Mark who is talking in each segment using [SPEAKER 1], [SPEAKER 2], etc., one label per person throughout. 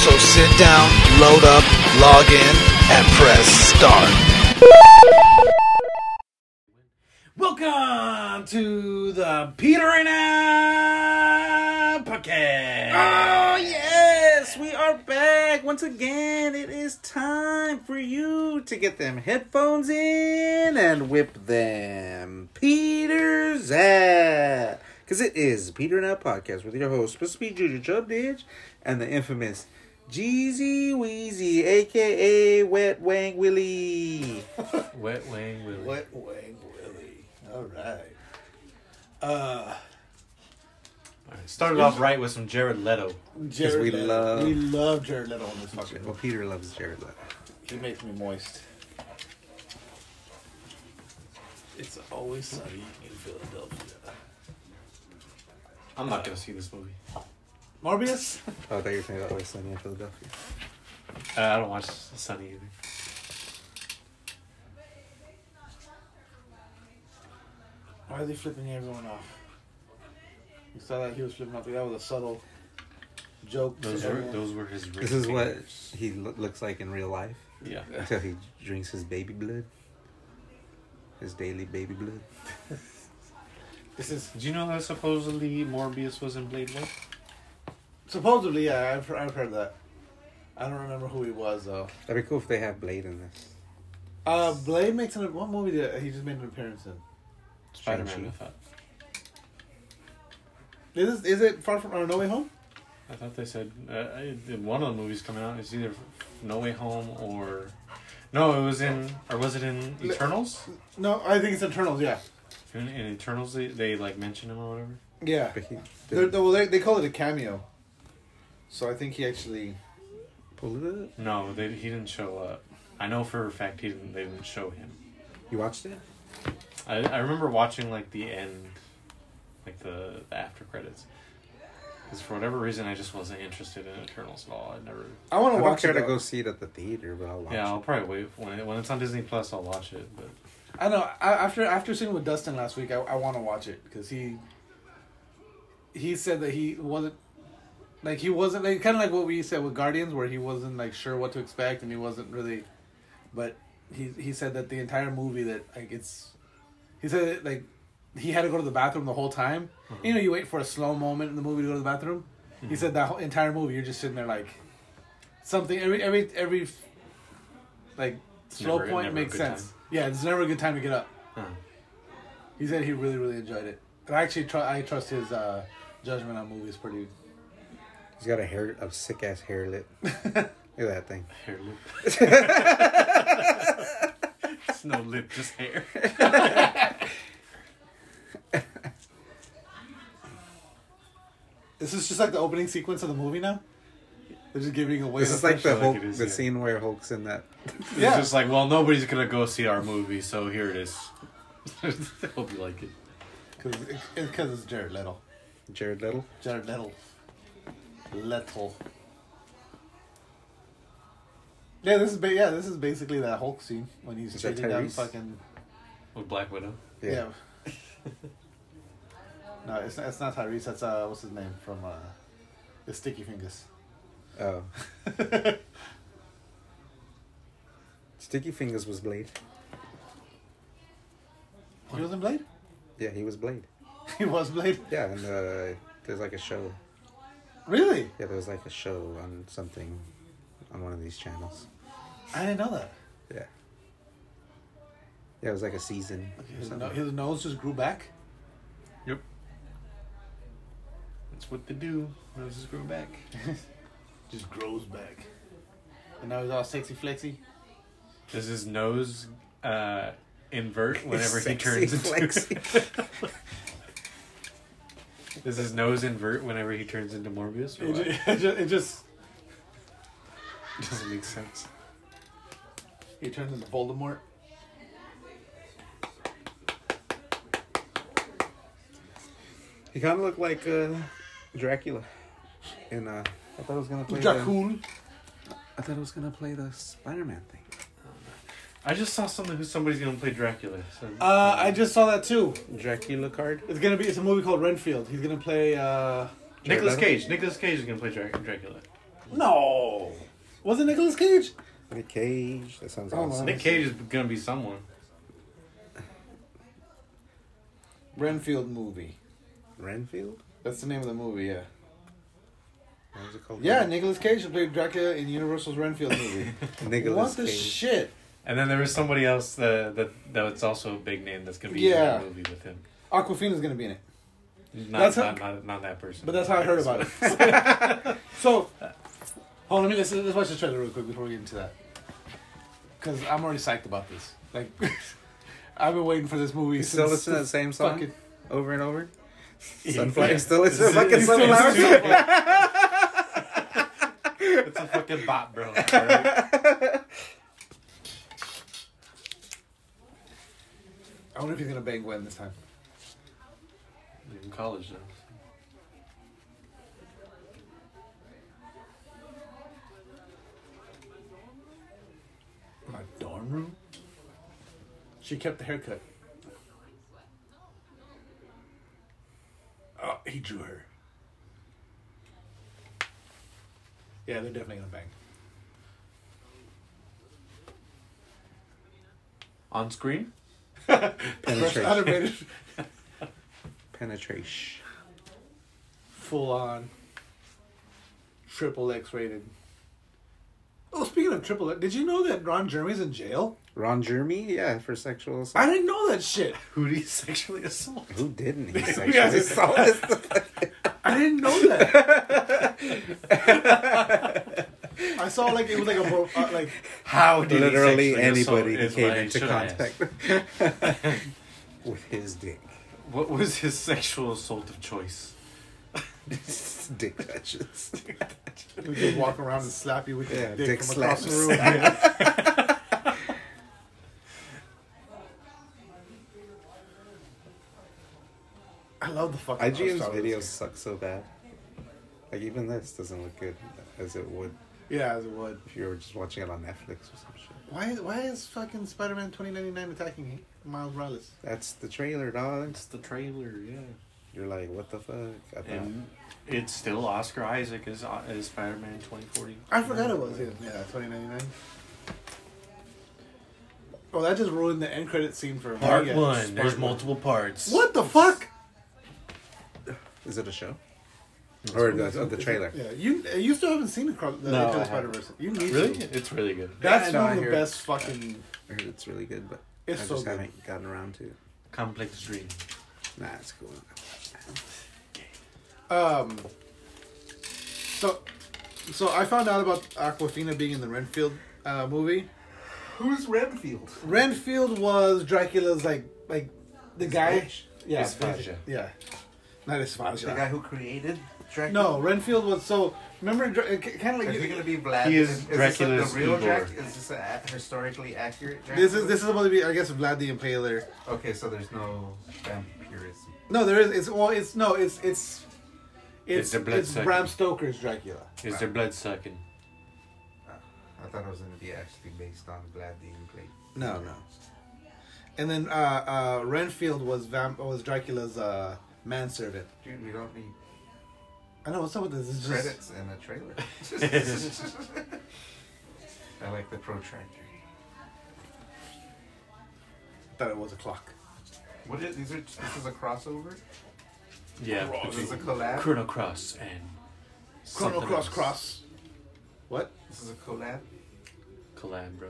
[SPEAKER 1] So sit down, load up, log in, and press start.
[SPEAKER 2] Welcome to the Peter and Al podcast.
[SPEAKER 3] Oh yes, we are back once again. It is time for you to get them headphones in and whip them Peter's ass. Cause it is Peter and Out Podcast with your host, supposed to be Junior Chubb Didge, and the infamous Jeezy Weezy, aka Wet Wang Willie.
[SPEAKER 2] Wet Wang Willie.
[SPEAKER 4] Wet Wang Willie. All right. Uh,
[SPEAKER 3] Started off right with some Jared Leto.
[SPEAKER 4] Jared
[SPEAKER 3] we
[SPEAKER 4] Leto.
[SPEAKER 3] love-
[SPEAKER 4] we love Jared Leto on this fucking
[SPEAKER 3] Well, Peter loves Jared Leto.
[SPEAKER 4] He makes me moist. It's always sunny in Philadelphia.
[SPEAKER 3] I'm not gonna see this movie.
[SPEAKER 4] Morbius?
[SPEAKER 3] Oh, I thought you were talking about Always Sunny in Philadelphia.
[SPEAKER 2] Uh, I don't watch Sunny either.
[SPEAKER 4] Why are they flipping everyone off? You saw that he was flipping off. That was a subtle joke. to
[SPEAKER 2] Those were
[SPEAKER 4] everyone.
[SPEAKER 2] those were his.
[SPEAKER 3] This
[SPEAKER 2] ring
[SPEAKER 3] is what
[SPEAKER 2] fingers.
[SPEAKER 3] he lo- looks like in real life
[SPEAKER 2] Yeah.
[SPEAKER 3] until he drinks his baby blood, his daily baby blood.
[SPEAKER 4] This is
[SPEAKER 2] Do you know that supposedly Morbius was in Blade One?
[SPEAKER 4] supposedly, yeah, I've, I've heard that. I don't remember who he was, though.
[SPEAKER 3] That'd be cool if they had Blade in this.
[SPEAKER 4] Uh, Blade makes an. What movie did he just made an appearance in?
[SPEAKER 2] Spider Man.
[SPEAKER 3] Shang-Chi.
[SPEAKER 2] I thought.
[SPEAKER 4] Is this, is it Far From or No Way Home?
[SPEAKER 2] I thought they said uh, I- in one of the movies coming out is either No Way Home or. No, it was in, or was it in
[SPEAKER 4] Le-
[SPEAKER 2] Eternals?
[SPEAKER 4] No, I think it's Eternals. Yeah,
[SPEAKER 2] In, in Eternals, they, they like mention him or whatever.
[SPEAKER 4] yeah.
[SPEAKER 3] But he
[SPEAKER 4] They're,
[SPEAKER 3] didn't
[SPEAKER 4] they well, they they call it a cameo, so I think he actually.
[SPEAKER 3] pull it up.
[SPEAKER 2] No, they, he didn't show up. I know for a fact he didn't. They didn't show him.
[SPEAKER 3] You watched it?
[SPEAKER 2] I, I remember watching like the end, like the, the after credits, because for whatever reason I just wasn't interested in Eternals at all. I never.
[SPEAKER 4] I want
[SPEAKER 1] Oh,
[SPEAKER 3] I
[SPEAKER 4] to
[SPEAKER 3] don't
[SPEAKER 4] watch
[SPEAKER 3] care
[SPEAKER 4] it.
[SPEAKER 3] to
[SPEAKER 4] though.
[SPEAKER 3] go see it at the theater, but I'll watch
[SPEAKER 2] yeah, I'll
[SPEAKER 3] it.
[SPEAKER 2] probably wait when it, when it's on Disney Plus. I'll watch it, but
[SPEAKER 4] I know. I, after after seeing with Dustin last week, I, I want to watch it because he. He said that he wasn't, like he wasn't like kind of like what we said with Guardians, where he wasn't like sure what to expect and he wasn't really, but he he said that the entire movie that like it's, he said that, like, he had to go to the bathroom the whole time.
[SPEAKER 2] Uh-huh.
[SPEAKER 4] You know, you wait for a slow moment in the movie to go to the bathroom.
[SPEAKER 2] Mm-hmm.
[SPEAKER 4] He said that whole entire movie you're just sitting there like, something every every every, like slow
[SPEAKER 2] never-
[SPEAKER 4] point
[SPEAKER 2] never a
[SPEAKER 4] makes
[SPEAKER 2] good
[SPEAKER 4] sense.
[SPEAKER 2] time. Uh-huh.
[SPEAKER 4] Yeah, it's never a good time to get up.
[SPEAKER 2] huh.
[SPEAKER 4] He said he really, really enjoyed it. And I actually tr- I trust his uh, judgment on movies pretty.
[SPEAKER 3] He's got a hair, a sick ass hair lip. Look at that thing.
[SPEAKER 2] hair lip. it's no lip, just hair.
[SPEAKER 4] This is just like the opening sequence of the movie now. They're just giving away.
[SPEAKER 3] This
[SPEAKER 4] the
[SPEAKER 3] is like
[SPEAKER 2] feel
[SPEAKER 3] the
[SPEAKER 2] like
[SPEAKER 3] Hulk,
[SPEAKER 2] it is,
[SPEAKER 3] the
[SPEAKER 2] yeah.
[SPEAKER 3] scene where Hulk's in that.
[SPEAKER 2] It's
[SPEAKER 4] Yeah.
[SPEAKER 2] just like, well, nobody's gonna go see our movie, so here it is. Hope you like it.
[SPEAKER 4] because because it's Jared Leto.
[SPEAKER 3] Jared Little.
[SPEAKER 4] Jared Leto. Leto. Yeah, this is ba- yeah, this is basically that Hulk scene when he's
[SPEAKER 3] Is that
[SPEAKER 4] chasing down
[SPEAKER 3] Tyrese?
[SPEAKER 4] fucking
[SPEAKER 2] With Black Widow.
[SPEAKER 4] yeah. no, it's not, it's not Tyrese. That's uh, what's his name from uh, the Sticky Fingers.
[SPEAKER 3] Oh, Sticky Fingers was Blade.
[SPEAKER 4] He was in Blade.
[SPEAKER 3] Yeah, he was Blade.
[SPEAKER 4] He was Blade.
[SPEAKER 3] Yeah, and uh, there's like a show.
[SPEAKER 4] Really?
[SPEAKER 3] Yeah, there's like a show on something, on one of these channels.
[SPEAKER 4] I didn't know that.
[SPEAKER 3] Yeah. Yeah, it was like a season. or
[SPEAKER 4] His,
[SPEAKER 3] something.
[SPEAKER 4] no- his nose just grew back.
[SPEAKER 2] Yep. That's what they do. Roses grow back.
[SPEAKER 4] Just grows back. And now he's all sexy flexy.
[SPEAKER 2] Does his nose uh, invert whenever he
[SPEAKER 3] Sexy
[SPEAKER 2] turns into?
[SPEAKER 3] flexy.
[SPEAKER 2] Does his nose invert whenever he turns into Morbius? Or
[SPEAKER 4] It ju-
[SPEAKER 2] what?
[SPEAKER 4] it ju- it just,
[SPEAKER 2] Doesn't make sense.
[SPEAKER 4] He turns into Voldemort.
[SPEAKER 1] He kind of looked like uh, Dracula. And uh, I thought I was gonna play. The,
[SPEAKER 4] Dracul.
[SPEAKER 1] I thought I was gonna play the Spider-Man thing.
[SPEAKER 2] I just saw something who somebody's gonna play Dracula. So
[SPEAKER 4] Uh, I just saw that too.
[SPEAKER 1] Dracula card.
[SPEAKER 4] It's gonna be. It's a movie called Renfield. He's gonna play. uh...
[SPEAKER 2] Nicholas
[SPEAKER 1] Jared Leto?
[SPEAKER 2] Cage. Nicholas Cage is gonna play Drac- Dracula.
[SPEAKER 4] No. Was it Nicolas Cage?
[SPEAKER 1] Nick Cage. That sounds
[SPEAKER 4] Oh,
[SPEAKER 1] awesome.
[SPEAKER 2] Nick Cage is gonna be someone.
[SPEAKER 4] Renfield movie.
[SPEAKER 1] Renfield.
[SPEAKER 4] That's the name of the movie. Yeah.
[SPEAKER 1] What was it called?
[SPEAKER 4] Yeah, Nicolas Cage will play Dracula in Universal's Renfield movie.
[SPEAKER 1] Nicholas
[SPEAKER 4] what
[SPEAKER 1] Cage.
[SPEAKER 4] the shit?
[SPEAKER 2] And then there was somebody else that that that's also a big name that's gonna be
[SPEAKER 4] Yeah.
[SPEAKER 2] in that movie with him.
[SPEAKER 4] Aquafina's gonna be in it.
[SPEAKER 2] Not
[SPEAKER 4] That's how-
[SPEAKER 2] not, not, not that person.
[SPEAKER 4] But that's how I heard about it. so, hold on, let me let's, let's watch the trailer real quick before we get into that. Because I'm already psyched about this. Like, I've been waiting for this movie
[SPEAKER 1] you
[SPEAKER 4] since.
[SPEAKER 1] still listen to that same song
[SPEAKER 4] fucking-
[SPEAKER 1] over and over.
[SPEAKER 2] Yeah.
[SPEAKER 1] Sunflower still listen to fucking
[SPEAKER 2] It's- it's-
[SPEAKER 1] Sunflower.
[SPEAKER 2] it's too- It's a fucking bot, bro. Alright.
[SPEAKER 4] I wonder if he's gonna bang Gwen this time.
[SPEAKER 2] In college though.
[SPEAKER 4] My dorm room. She kept the haircut. Oh, he drew her. Yeah, they're definitely gonna bang.
[SPEAKER 2] On screen?
[SPEAKER 4] Fresh
[SPEAKER 1] Penetration.
[SPEAKER 4] automated,
[SPEAKER 1] Penetration.
[SPEAKER 4] full on, triple X rated. Oh, speaking of triple X, did you know that Ron Jeremy's in jail?
[SPEAKER 1] Ron Jeremy. Yeah, for sexual assault.
[SPEAKER 4] I didn't know that shit.
[SPEAKER 2] Who do you sexually assault?
[SPEAKER 1] Who didn't he sexually
[SPEAKER 4] Yeah.
[SPEAKER 1] assault?
[SPEAKER 4] I didn't know that. I saw like it was like a bro- uh, like
[SPEAKER 2] How did he
[SPEAKER 1] Literally
[SPEAKER 2] sexually assault
[SPEAKER 1] anybody he
[SPEAKER 2] is
[SPEAKER 1] came
[SPEAKER 2] what I
[SPEAKER 1] into
[SPEAKER 2] should ask.
[SPEAKER 1] contact with his dick.
[SPEAKER 2] What was his sexual assault of choice?
[SPEAKER 1] dick touches.
[SPEAKER 4] we just walk around and slap you with your
[SPEAKER 1] Yeah,
[SPEAKER 4] dick,
[SPEAKER 1] dick
[SPEAKER 4] from across the room.
[SPEAKER 1] slaps.
[SPEAKER 4] I love the fucking
[SPEAKER 1] IGN's
[SPEAKER 4] Star Wars.
[SPEAKER 1] videos suck so bad. Like even this doesn't look good as it would
[SPEAKER 4] Yeah, as it would.
[SPEAKER 1] if you were just watching it on Netflix or some shit.
[SPEAKER 4] Why? Why is fucking Spider-Man 2099 attacking Miles Morales?
[SPEAKER 1] That's the trailer, dog.
[SPEAKER 2] the trailer, yeah.
[SPEAKER 1] You're like, what the fuck? I thought,
[SPEAKER 2] And it's still Oscar Isaac as, as Spider Man 2040.
[SPEAKER 4] I forgot it was him. Yeah, twenty ninety nine. Oh, that just ruined the end credit scene for me.
[SPEAKER 2] Part
[SPEAKER 4] Yeah,
[SPEAKER 2] one.
[SPEAKER 4] part
[SPEAKER 2] There's
[SPEAKER 4] one.
[SPEAKER 2] multiple parts.
[SPEAKER 4] What the fuck?
[SPEAKER 1] is it a show? Or the, of the trailer?
[SPEAKER 4] Yeah, you you still haven't seen the, cro- the
[SPEAKER 1] No,
[SPEAKER 4] Into
[SPEAKER 1] I
[SPEAKER 4] the
[SPEAKER 1] haven't.
[SPEAKER 4] Spider Verse. You need
[SPEAKER 2] Really?
[SPEAKER 4] to.
[SPEAKER 2] It's really good.
[SPEAKER 4] That's
[SPEAKER 1] Yeah, no, I
[SPEAKER 4] one of the
[SPEAKER 1] hear
[SPEAKER 4] best fucking.
[SPEAKER 1] I heard it's really good, but
[SPEAKER 4] It's
[SPEAKER 1] I
[SPEAKER 4] so
[SPEAKER 1] just
[SPEAKER 4] good.
[SPEAKER 1] haven't gotten around to. it.
[SPEAKER 2] Complex dream.
[SPEAKER 1] Nah, it's cool.
[SPEAKER 4] Um. So, so I found out about Aquafina being in the Renfield uh, movie.
[SPEAKER 2] Who's Renfield?
[SPEAKER 4] Renfield was Dracula's like like the guy.
[SPEAKER 1] bitch.
[SPEAKER 4] Yeah,
[SPEAKER 2] His Faja.
[SPEAKER 4] yeah, not his Faja.
[SPEAKER 1] who created Dracula.
[SPEAKER 4] No, Renfield was so. Remember, kind of like
[SPEAKER 1] be Vlad?
[SPEAKER 2] He is Is- is this, like, the Dracula's real Igor. Drac-
[SPEAKER 1] Is this a historically accurate?
[SPEAKER 4] this is this is supposed to be, I guess, Vlad the Impaler.
[SPEAKER 1] Okay, so there's no vampirism.
[SPEAKER 4] No, there is. It's well, it's no, it's it's it's
[SPEAKER 2] It's the blood
[SPEAKER 4] it's
[SPEAKER 2] sucking.
[SPEAKER 4] Bram Stoker's Dracula.
[SPEAKER 2] Is there blood sucking?
[SPEAKER 5] I thought it was going to be actually based on Vlad the Impaler.
[SPEAKER 4] No, no. And then uh, uh, Renfield was vamp was Dracula's uh, manservant.
[SPEAKER 5] Dude, we don't need
[SPEAKER 4] I know what's up with this. It's just,
[SPEAKER 5] credits in a trailer. I like the protractor.
[SPEAKER 4] thought it was a clock.
[SPEAKER 5] What is these are? This is a crossover.
[SPEAKER 2] Yeah.
[SPEAKER 5] This is a
[SPEAKER 2] between
[SPEAKER 5] collab.
[SPEAKER 2] Chrono Cross and.
[SPEAKER 4] Chrono
[SPEAKER 2] something
[SPEAKER 4] Cross
[SPEAKER 2] else.
[SPEAKER 4] Cross. What?
[SPEAKER 5] this is a collab.
[SPEAKER 2] Collab, bro.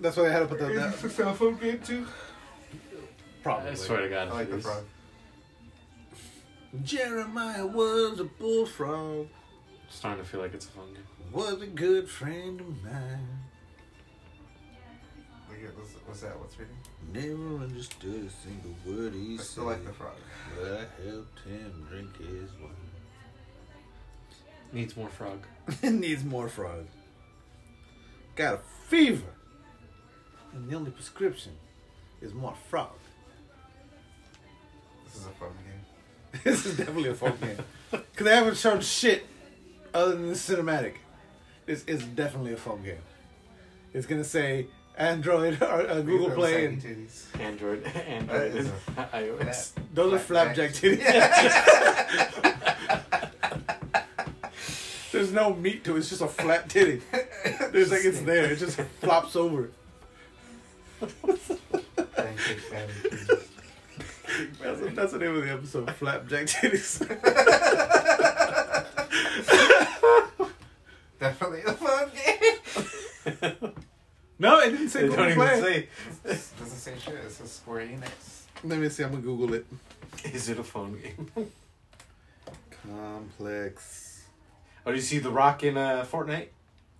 [SPEAKER 4] That's why they had to put the,
[SPEAKER 5] Is this
[SPEAKER 4] the
[SPEAKER 5] a cell phone game too?
[SPEAKER 4] probably.
[SPEAKER 2] I swear to God.
[SPEAKER 5] I
[SPEAKER 2] if
[SPEAKER 5] like
[SPEAKER 2] it
[SPEAKER 5] the
[SPEAKER 2] is.
[SPEAKER 5] frog.
[SPEAKER 4] Jeremiah was a bullfrog.
[SPEAKER 2] starting to feel like it's a fun game.
[SPEAKER 4] Was a good friend of mine.
[SPEAKER 5] Look at this. What's that? What's reading?
[SPEAKER 4] Never understood a single word he
[SPEAKER 5] I still like the frog.
[SPEAKER 4] but I helped him drink his wine.
[SPEAKER 2] Needs more frog.
[SPEAKER 4] it needs more frog. Got a fever. And the only prescription is more frog.
[SPEAKER 3] This is a fun game.
[SPEAKER 4] this is definitely a folk game. Because they haven't shown shit other than the cinematic. This is definitely a folk game. It's going to say Android or uh, Google Play. And
[SPEAKER 2] Android.
[SPEAKER 3] That
[SPEAKER 2] Android.
[SPEAKER 3] is
[SPEAKER 2] iOS.
[SPEAKER 4] those are flapjack titties. There's no meat to it. It's just a flat titty. There's like it's there. It just flops over.
[SPEAKER 3] Pancake family titties.
[SPEAKER 4] That's, that's the name of the episode. Flapjack titties.
[SPEAKER 3] Definitely a fun game.
[SPEAKER 4] No, it didn't say
[SPEAKER 2] They
[SPEAKER 4] Google
[SPEAKER 2] don't
[SPEAKER 4] Play.
[SPEAKER 2] even say.
[SPEAKER 3] This doesn't say shit. It says Square Enix.
[SPEAKER 4] Let me see. I'm gonna Google it.
[SPEAKER 2] Is it a phone game?
[SPEAKER 4] Complex.
[SPEAKER 2] Oh, do you see The Rock in uh, Fortnite?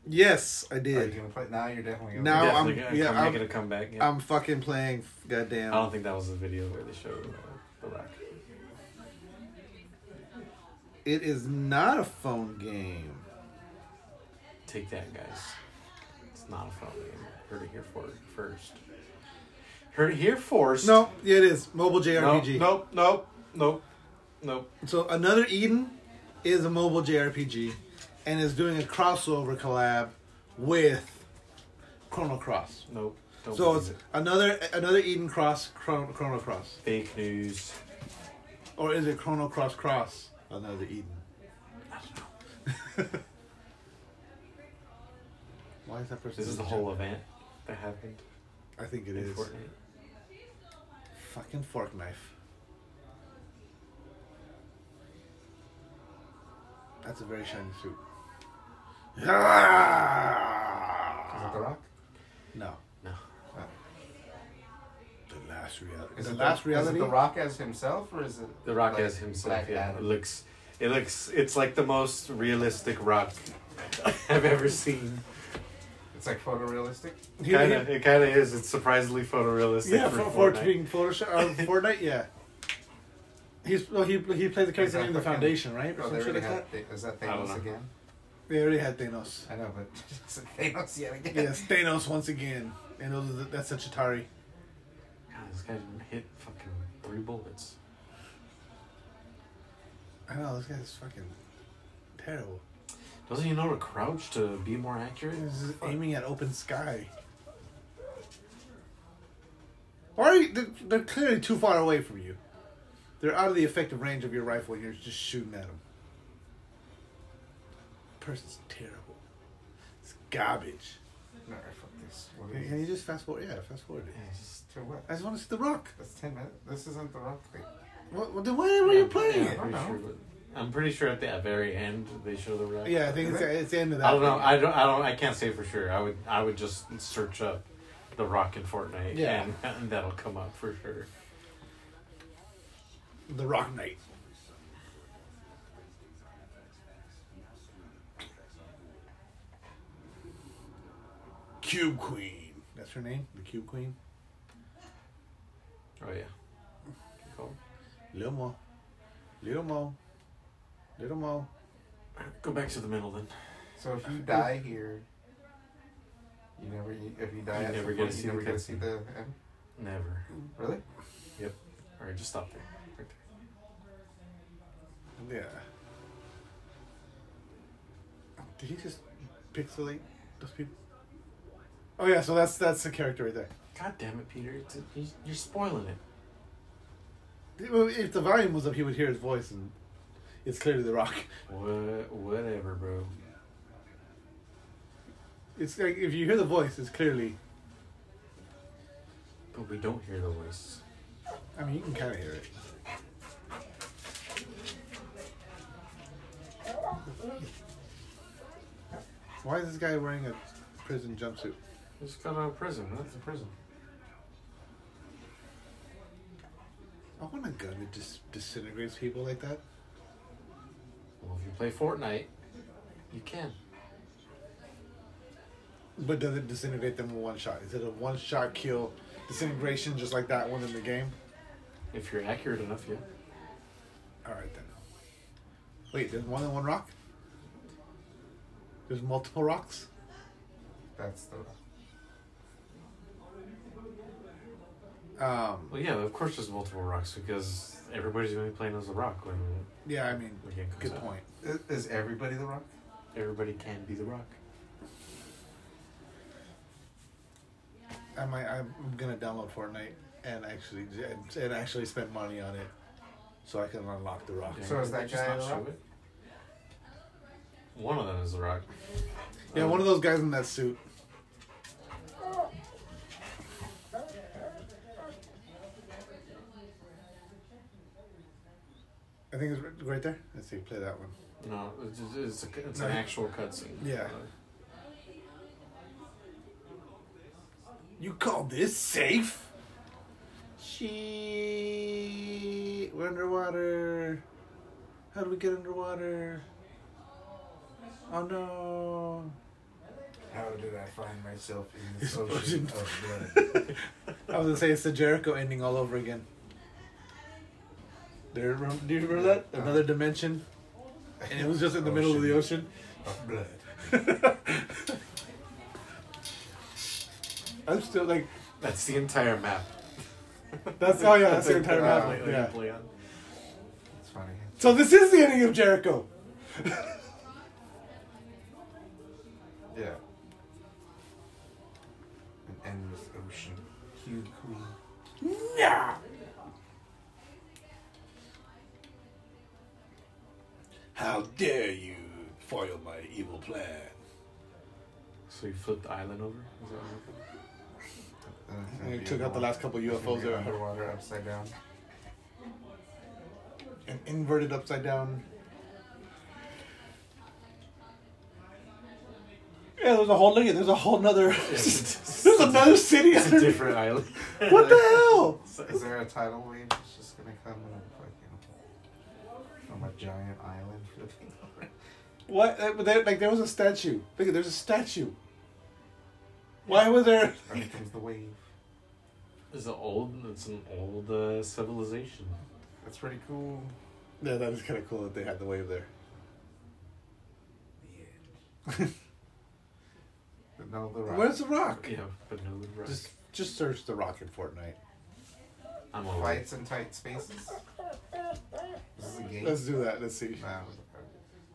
[SPEAKER 4] Yes, I
[SPEAKER 3] Are you
[SPEAKER 4] did.
[SPEAKER 3] gonna play? Now you're definitely gonna
[SPEAKER 4] Now
[SPEAKER 3] play.
[SPEAKER 4] I'm-
[SPEAKER 2] Definitely gonna
[SPEAKER 4] yeah,
[SPEAKER 2] come-
[SPEAKER 4] I'm-
[SPEAKER 2] making a comeback. Yeah.
[SPEAKER 4] I'm fucking playing. f- Goddamn.
[SPEAKER 2] I don't think that was the video where they showed uh, The Rock.
[SPEAKER 4] It is not a phone game.
[SPEAKER 2] Take that, guys. It's not a phone game. Heard it here for first. Heard it here first.
[SPEAKER 4] No, yeah, it is mobile
[SPEAKER 2] Nope,
[SPEAKER 4] JRPG.
[SPEAKER 2] nope, nope, nope, nope.
[SPEAKER 4] So another Eden is a mobile JRPG, and is doing a crossover collab with Chrono Cross.
[SPEAKER 2] Nope. Don't
[SPEAKER 4] So
[SPEAKER 2] believe
[SPEAKER 4] it's
[SPEAKER 2] it.
[SPEAKER 4] another another Eden Cross Chrono, Chrono Cross,
[SPEAKER 2] fake news.
[SPEAKER 4] or is it Chrono Cross Cross? Another Eden. Why is that person?
[SPEAKER 2] This is the whole event that happened
[SPEAKER 4] I think it
[SPEAKER 2] in
[SPEAKER 4] is.
[SPEAKER 2] Fortnite.
[SPEAKER 4] Fucking fork knife. That's a very shiny suit.
[SPEAKER 3] Is it The Rock?
[SPEAKER 4] No.
[SPEAKER 2] No.
[SPEAKER 4] The last reality.
[SPEAKER 3] Is
[SPEAKER 4] the
[SPEAKER 3] it
[SPEAKER 4] last reality.
[SPEAKER 3] Is it The Rock as himself, or is it
[SPEAKER 2] The Rock
[SPEAKER 3] like,
[SPEAKER 2] as himself.
[SPEAKER 3] Black
[SPEAKER 2] yeah, it
[SPEAKER 3] Adam?
[SPEAKER 2] looks. It looks. It's like the most realistic Rock I've ever seen.
[SPEAKER 3] It's like photorealistic. Oh,
[SPEAKER 4] Here-
[SPEAKER 2] Kind of.
[SPEAKER 4] here-
[SPEAKER 2] It kind of is. It's surprisingly photorealistic.
[SPEAKER 4] yeah, for, for it
[SPEAKER 2] Fortnite.
[SPEAKER 4] being Photoshop or Fortnite. Yeah. He's well, he he played the
[SPEAKER 3] Is
[SPEAKER 4] character
[SPEAKER 3] that
[SPEAKER 4] named the
[SPEAKER 3] fucking-
[SPEAKER 4] Foundation, right? Or
[SPEAKER 3] Oh,
[SPEAKER 4] some
[SPEAKER 3] they
[SPEAKER 4] shit
[SPEAKER 3] already
[SPEAKER 4] like
[SPEAKER 3] had.
[SPEAKER 4] that.
[SPEAKER 3] Is that
[SPEAKER 2] I don't
[SPEAKER 3] Thanos
[SPEAKER 2] know.
[SPEAKER 3] again?
[SPEAKER 4] They already had Thanos.
[SPEAKER 3] I know, but it's Thanos yet again.
[SPEAKER 4] Yes, Thanos once again, and those are the, that's a Chitari.
[SPEAKER 2] God, this guy hit fucking three bullets.
[SPEAKER 4] I know this guy's fucking terrible.
[SPEAKER 2] Doesn't he know to crouch to be more accurate?
[SPEAKER 4] He's just
[SPEAKER 2] Fuck.
[SPEAKER 4] aiming at open sky. Why are you, they're, they're clearly too far away from you. They're out of the effective range of your rifle, and you're just shooting at them. Person's terrible. It's garbage.
[SPEAKER 3] No, fuck this. What
[SPEAKER 4] Can,
[SPEAKER 3] is
[SPEAKER 4] can
[SPEAKER 3] it?
[SPEAKER 4] you just fast forward? Yeah, fast forward. it.
[SPEAKER 2] Yeah, just-
[SPEAKER 3] To what?
[SPEAKER 4] I just want to see the rock.
[SPEAKER 3] That's ten minutes. This isn't The Rock thing.
[SPEAKER 4] What, what, then why were you playing
[SPEAKER 2] I'm
[SPEAKER 4] it?
[SPEAKER 2] pretty,
[SPEAKER 3] I
[SPEAKER 2] sure,
[SPEAKER 3] don't
[SPEAKER 2] but- I'm pretty sure at the very end they show the rock.
[SPEAKER 4] Yeah, I think it's, it's the end of that.
[SPEAKER 2] I don't know.
[SPEAKER 4] thing.
[SPEAKER 2] I don't. I don't. I can't say for sure. I would. I would just search up the Rock in Fortnite.
[SPEAKER 4] Yeah.
[SPEAKER 2] and, and that'll come up for sure.
[SPEAKER 4] The Rock Knight. Cube Queen. That's her name? The Cube Queen?
[SPEAKER 2] Oh yeah. Cool.
[SPEAKER 4] Little Mo. Little Mo. Little Mo.
[SPEAKER 2] Go back to the middle then.
[SPEAKER 3] So if you die here, you never. You, if you die,
[SPEAKER 2] You
[SPEAKER 3] at
[SPEAKER 2] never
[SPEAKER 3] some
[SPEAKER 2] get to
[SPEAKER 3] point,
[SPEAKER 2] see
[SPEAKER 3] you never
[SPEAKER 2] the
[SPEAKER 3] get to see
[SPEAKER 2] cutscene.
[SPEAKER 3] the end.
[SPEAKER 2] Never.
[SPEAKER 3] Really?
[SPEAKER 2] All right, just stop there. Right there.
[SPEAKER 4] Yeah. Did he just pixelate those people? Oh yeah, so that's that's the character right there.
[SPEAKER 2] God damn it, Peter! It's, you- you're spoiling it.
[SPEAKER 4] If the volume was up, he would hear his voice, and it's clearly The Rock.
[SPEAKER 2] What? Whatever, bro.
[SPEAKER 4] It's like if you hear the voice, it's clearly
[SPEAKER 2] But we don't hear the voice.
[SPEAKER 4] I mean, you can kind of hear it. Why is this guy wearing a prison jumpsuit?
[SPEAKER 2] He just got out of prison. That's a prison.
[SPEAKER 4] I want a gun that dis- disintegrates people like that.
[SPEAKER 2] Well, if you play Fortnite, you can.
[SPEAKER 4] But does it disintegrate them in one shot? Is it a one shot kill disintegration just like that one in the game?
[SPEAKER 2] If you're accurate enough, yeah.
[SPEAKER 4] Alright then. Wait, there's more than one rock? There's multiple rocks.
[SPEAKER 3] That's the
[SPEAKER 4] Um,
[SPEAKER 2] Well, yeah, of course there's multiple rocks because everybody's going to be playing as the rock when
[SPEAKER 4] yeah, I mean,
[SPEAKER 2] the game comes
[SPEAKER 4] good
[SPEAKER 2] out.
[SPEAKER 4] point.
[SPEAKER 3] Is, is everybody the rock?
[SPEAKER 2] Everybody can be the rock.
[SPEAKER 4] I might. I'm gonna download Fortnite and actually and actually spend money on it, so I can unlock the rock.
[SPEAKER 3] So is that
[SPEAKER 2] Just
[SPEAKER 3] guy
[SPEAKER 2] not
[SPEAKER 3] the
[SPEAKER 2] show
[SPEAKER 3] rock?
[SPEAKER 2] it. One of them is the rock.
[SPEAKER 4] Yeah, one of those guys in that suit. I think it's right there. Let's see, play that one.
[SPEAKER 2] No, it's, just- it's, a, it's
[SPEAKER 4] No.
[SPEAKER 2] an actual cutscene.
[SPEAKER 4] Yeah. You call this safe? She. We're underwater. How do we get underwater? Oh no.
[SPEAKER 3] How did I find myself in this ocean of blood?
[SPEAKER 4] I was gonna say it's the Jericho ending all over again. There, rem- do you remember that? Oh, Another dimension, and it was just in the middle of the ocean.
[SPEAKER 3] Of blood.
[SPEAKER 4] I'm still like,
[SPEAKER 2] That's the entire map.
[SPEAKER 4] that's oh yeah, that's the entire
[SPEAKER 3] Wow.
[SPEAKER 4] map. Yeah.
[SPEAKER 3] It's funny.
[SPEAKER 4] So this is the ending of Jericho.
[SPEAKER 3] Yeah. An endless ocean. Cute queen.
[SPEAKER 4] Yeah. How dare you foil my evil plan?
[SPEAKER 2] So you flip the island over? Is that what happened?
[SPEAKER 4] And it took out the last couple UFOs
[SPEAKER 3] They're
[SPEAKER 4] there.
[SPEAKER 3] underwater, upside down.
[SPEAKER 4] An inverted upside down. Yeah, there's a whole look at there's a whole nother
[SPEAKER 2] it's-
[SPEAKER 4] there's another city
[SPEAKER 2] It's a
[SPEAKER 4] under-
[SPEAKER 2] different island.
[SPEAKER 4] What the hell?
[SPEAKER 3] Is there a tidal wave that's just gonna come and fucking from a giant island flipping over?
[SPEAKER 4] What uh, there, like there was a statue. Look at there's a statue. Why was there
[SPEAKER 3] Or here comes the wave.
[SPEAKER 2] It's an old. It's an old uh, civilization.
[SPEAKER 3] That's pretty cool.
[SPEAKER 4] Yeah, that is kinda cool that they had the wave there.
[SPEAKER 3] The end. But no, the rock.
[SPEAKER 4] Where's the rock?
[SPEAKER 2] Yeah, but no the rock.
[SPEAKER 4] Just just search the rock in Fortnite.
[SPEAKER 2] I'm all right.
[SPEAKER 3] Fights in tight spaces. This is a game.
[SPEAKER 4] Let's do that. Let's see.
[SPEAKER 3] Nah, what the fuck?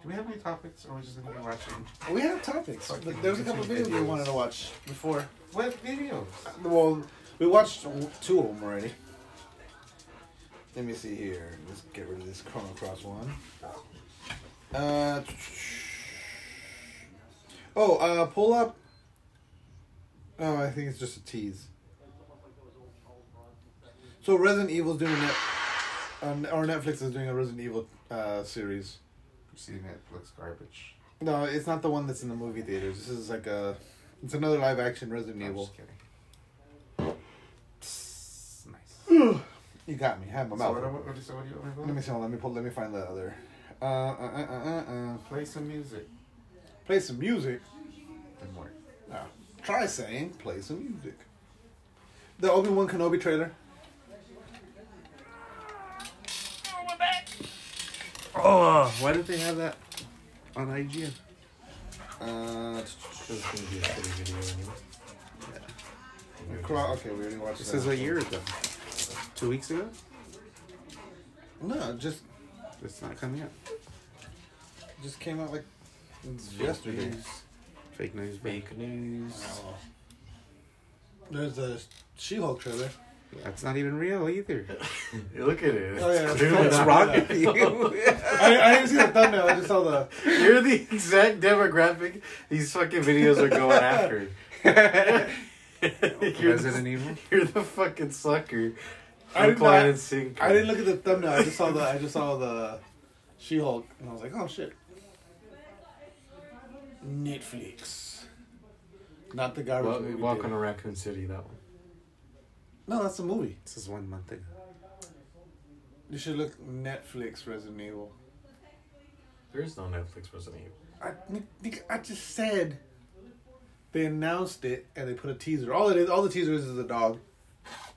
[SPEAKER 3] do we have any topics, or are we just gonna be watching?
[SPEAKER 4] We have topics. but There was a couple of videos we wanted to watch before.
[SPEAKER 3] What videos?
[SPEAKER 4] Well, we watched two of them already. Let me see here. Let's get rid of this Chrono Cross one. Uh, oh, uh, pull up. Oh, I think it's just a tease. So Resident Evil's doing it. Um, or Netflix is doing a Resident Evil uh, series.
[SPEAKER 3] You see Netflix garbage.
[SPEAKER 4] No, it's not the one that's in the movie theaters. This is like a. It's another live action Resident
[SPEAKER 3] I'm
[SPEAKER 4] Evil.
[SPEAKER 3] just kidding. Psst,
[SPEAKER 6] Hmm.
[SPEAKER 3] Nice.
[SPEAKER 4] You got me. Have my
[SPEAKER 3] So
[SPEAKER 4] mouth.
[SPEAKER 3] what, what, what, so what do you want me to
[SPEAKER 4] Let
[SPEAKER 3] do?
[SPEAKER 4] me see. Let me pull. Let me find the other. Uh, uh, uh, uh, uh, uh.
[SPEAKER 3] Play some music.
[SPEAKER 4] Play some music.
[SPEAKER 3] Then work.
[SPEAKER 4] No. Try saying play some music. The Obi Wan Kenobi trailer. Oh, why did they have that on IGN? Uh,
[SPEAKER 2] It's gonna be a silly video anyway.
[SPEAKER 4] Cro- okay, we already watched.
[SPEAKER 6] This
[SPEAKER 4] that.
[SPEAKER 3] Uh,
[SPEAKER 6] is a year ago. Two weeks ago?
[SPEAKER 4] No, it just
[SPEAKER 6] It's not coming up.
[SPEAKER 4] just came out like yesterday. Oh.
[SPEAKER 6] Fake news. Babe.
[SPEAKER 2] Fake news.
[SPEAKER 4] There's a She-Hulk trailer.
[SPEAKER 6] That's not even real either.
[SPEAKER 2] You look at it.
[SPEAKER 4] Oh, yeah, it's
[SPEAKER 2] It's clearly
[SPEAKER 4] called
[SPEAKER 6] What's
[SPEAKER 2] not-
[SPEAKER 6] wrong with you?
[SPEAKER 4] I, I didn't see the thumbnail. I just saw the.
[SPEAKER 2] You're the exact demographic these fucking videos are going after. you're,
[SPEAKER 6] Resident
[SPEAKER 2] the,
[SPEAKER 6] Evil?
[SPEAKER 2] you're the fucking sucker.
[SPEAKER 4] I did
[SPEAKER 2] Hook, line,
[SPEAKER 4] not-
[SPEAKER 2] and sinker.
[SPEAKER 4] I didn't look at the thumbnail. I just saw the. I just saw the She-Hulk, and I was like, oh shit. Netflix. Not the garbage.
[SPEAKER 2] Wel-
[SPEAKER 4] movie
[SPEAKER 2] welcome
[SPEAKER 4] theater.
[SPEAKER 2] to Raccoon City. That one.
[SPEAKER 4] No, that's the movie.
[SPEAKER 6] This is one month ago.
[SPEAKER 4] You should look Netflix Resident Evil.
[SPEAKER 2] There is no Netflix Resident Evil.
[SPEAKER 4] I think I just said. They announced it and they put a teaser. All it is, all the teaser is, is a dog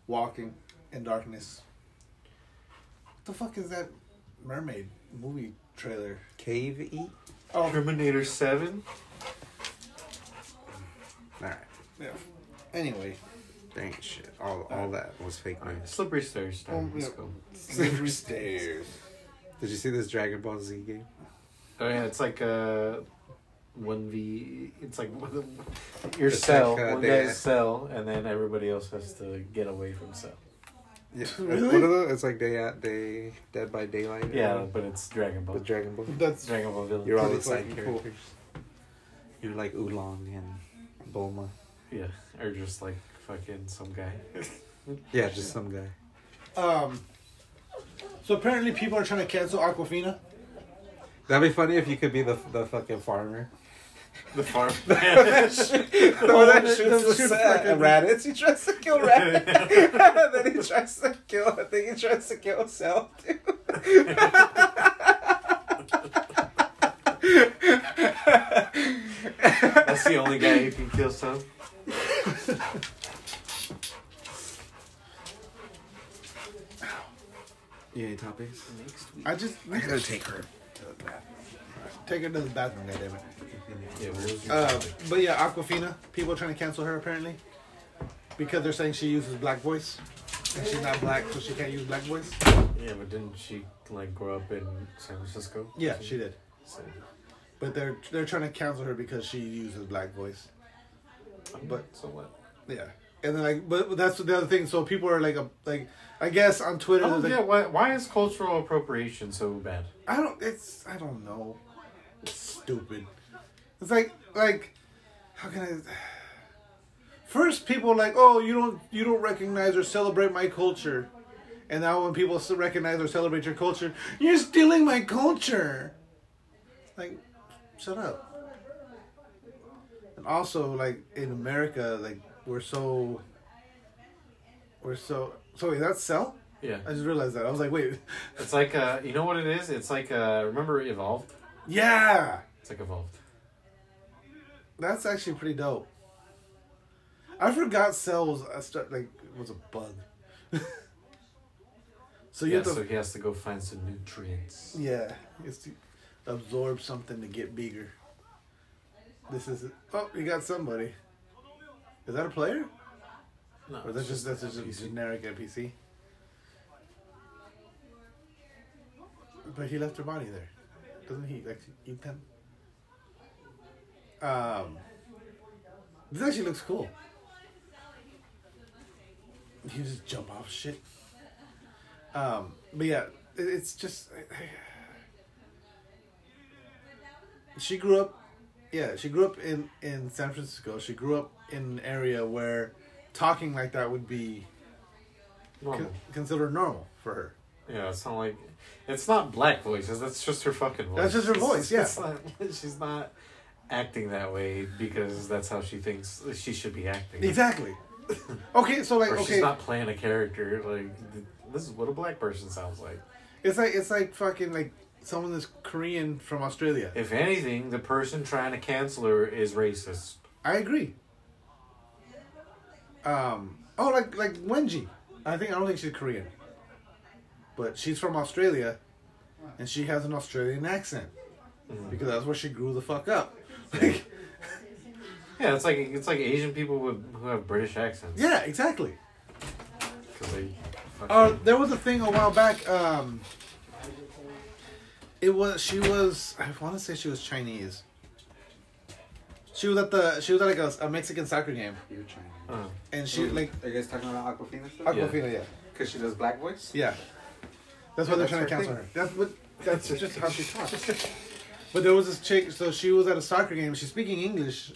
[SPEAKER 4] walking in darkness. What the fuck is that mermaid movie trailer?
[SPEAKER 6] Cave E? Eat?
[SPEAKER 4] Oh,
[SPEAKER 2] Terminator Seven.
[SPEAKER 1] All right.
[SPEAKER 4] Yeah.
[SPEAKER 1] Anyway, there ain't shit. All, all that was fake
[SPEAKER 2] Alright,
[SPEAKER 1] news.
[SPEAKER 2] slippery stairs time.
[SPEAKER 4] Oh,
[SPEAKER 2] Let's
[SPEAKER 4] yeah.
[SPEAKER 2] go.
[SPEAKER 1] Slippery stairs. Did you see this Dragon Ball Z game?
[SPEAKER 2] Oh yeah, it's like uh one v. It's like one- your
[SPEAKER 1] It's
[SPEAKER 2] cell,
[SPEAKER 1] like, uh,
[SPEAKER 2] one
[SPEAKER 1] they-
[SPEAKER 2] guy's cell, and then everybody else has to get away from cell.
[SPEAKER 1] Yeah.
[SPEAKER 4] Really?
[SPEAKER 1] What are those? It's like Day Out, Day Dead by Daylight. or
[SPEAKER 2] Yeah,
[SPEAKER 1] whatever,
[SPEAKER 2] but it's Dragon Ball.
[SPEAKER 1] With Dragon Ball.
[SPEAKER 4] That's
[SPEAKER 2] Dragon Ball villain.
[SPEAKER 1] You're all
[SPEAKER 4] Pretty
[SPEAKER 1] the side
[SPEAKER 4] fucking cool.
[SPEAKER 1] characters. You're like Oolong and Bulma.
[SPEAKER 2] Yeah, or just like fucking some guy.
[SPEAKER 1] Yeah, just some guy.
[SPEAKER 4] um. So apparently, people are trying to cancel Aquafina.
[SPEAKER 1] That'd be funny if you could be the the fucking farmer.
[SPEAKER 2] The farm.
[SPEAKER 1] No, Oh, that
[SPEAKER 4] that-
[SPEAKER 1] shoots
[SPEAKER 4] that
[SPEAKER 1] the
[SPEAKER 4] shoots
[SPEAKER 1] sa-
[SPEAKER 4] fucking-
[SPEAKER 1] rabbits. He tries to kill rabbits. and then he tries to kill. I think he tries to kill himself too.
[SPEAKER 2] That's the only guy who can kill some.
[SPEAKER 1] You any topics?
[SPEAKER 4] I just
[SPEAKER 1] I gotta take her.
[SPEAKER 4] take her to the bathroom, goddammit.
[SPEAKER 2] Yeah, what was your
[SPEAKER 4] Uh, but yeah, Aquafina. People are trying to cancel her apparently because they're saying she uses black voice and she's not black, so she can't use black voice.
[SPEAKER 2] yeah, but didn't she like grow up in San Francisco?
[SPEAKER 4] Yeah, she did.
[SPEAKER 2] So,
[SPEAKER 4] But they're they're trying to cancel her because she uses black voice.
[SPEAKER 2] but
[SPEAKER 4] But-
[SPEAKER 2] so what?
[SPEAKER 4] Yeah. And then like, but that's the other thing. So people are like, a, like, I guess on Twitter,
[SPEAKER 2] Oh,
[SPEAKER 4] there's,
[SPEAKER 2] yeah,
[SPEAKER 4] like,
[SPEAKER 2] why, why is cultural appropriation so bad?
[SPEAKER 4] I don't. It's I don't know. It's stupid. It's like like how can I? First, people are like, oh, you don't you don't recognize or celebrate my culture, and now when people s- recognize or celebrate your culture, you're stealing my culture. Like, shut up. And also, like in America, like we're so we're so. So wait, that's cell?
[SPEAKER 2] Yeah.
[SPEAKER 4] I just realized that. I was like, wait,
[SPEAKER 2] It's like, uh, you know what it is? It's like, uh, remember Evolved?
[SPEAKER 4] yeah.
[SPEAKER 2] It's like Evolved.
[SPEAKER 4] That's actually pretty dope. I forgot Cell was a start, like was a bug. so you
[SPEAKER 2] Yeah,
[SPEAKER 4] have to
[SPEAKER 2] so he has to go find some nutrients.
[SPEAKER 4] yeah, it's to absorb something to get bigger. This is oh, you got somebody. Is that a player?
[SPEAKER 2] No,
[SPEAKER 4] Or that's just that's just a
[SPEAKER 2] easy.
[SPEAKER 4] generic NPC. But he left her body there. Doesn't he like eat them? Um This actually looks cool. You just jump off shit. Um but yeah, it, it's just She grew up yeah, she grew up in in San Francisco. She grew up in an area where talking like that would be
[SPEAKER 2] normal.
[SPEAKER 4] con- considered normal for her.
[SPEAKER 2] Yeah, it's not like it's not black voices. That's just her fucking voice.
[SPEAKER 4] That's just her voice, yeah.
[SPEAKER 2] It's not, she's not acting that way because that's how she thinks she should be acting.
[SPEAKER 4] Exactly. okay, so like
[SPEAKER 2] Or
[SPEAKER 4] okay,
[SPEAKER 2] she's not playing a character. Like th- this is what a black person sounds like.
[SPEAKER 4] it's like it's like fucking like someone that's Korean from Australia.
[SPEAKER 2] If anything, the person trying to cancel her is racist.
[SPEAKER 4] I agree. Um. Oh, like like Wenji. I think I don't think she's Korean, but she's from Australia, and she has an Australian accent
[SPEAKER 2] Mm.
[SPEAKER 4] because that's where she grew the fuck up. Like,
[SPEAKER 2] Yeah, it's like it's like Asian people with, who have British accents.
[SPEAKER 4] yeah, exactly.
[SPEAKER 2] 'Cause they fucking-
[SPEAKER 4] Uh, there was a thing a while back. Um, it was she was I want to say she was Chinese. She was at the she was at like a, a Mexican soccer game,
[SPEAKER 5] You're trying.
[SPEAKER 2] uh,
[SPEAKER 4] and she
[SPEAKER 3] Mm.
[SPEAKER 4] like
[SPEAKER 5] Are you guys talking about Aquafina still?
[SPEAKER 4] Aquafina, yeah,
[SPEAKER 5] Because she does black voice?
[SPEAKER 4] yeah. That's
[SPEAKER 5] Yeah,
[SPEAKER 4] why they're
[SPEAKER 5] that's
[SPEAKER 4] trying to
[SPEAKER 5] her
[SPEAKER 4] cancel
[SPEAKER 5] thing.
[SPEAKER 4] her. That's what that's just how she talks. But there was this chick, so she was at a soccer game. She's speaking English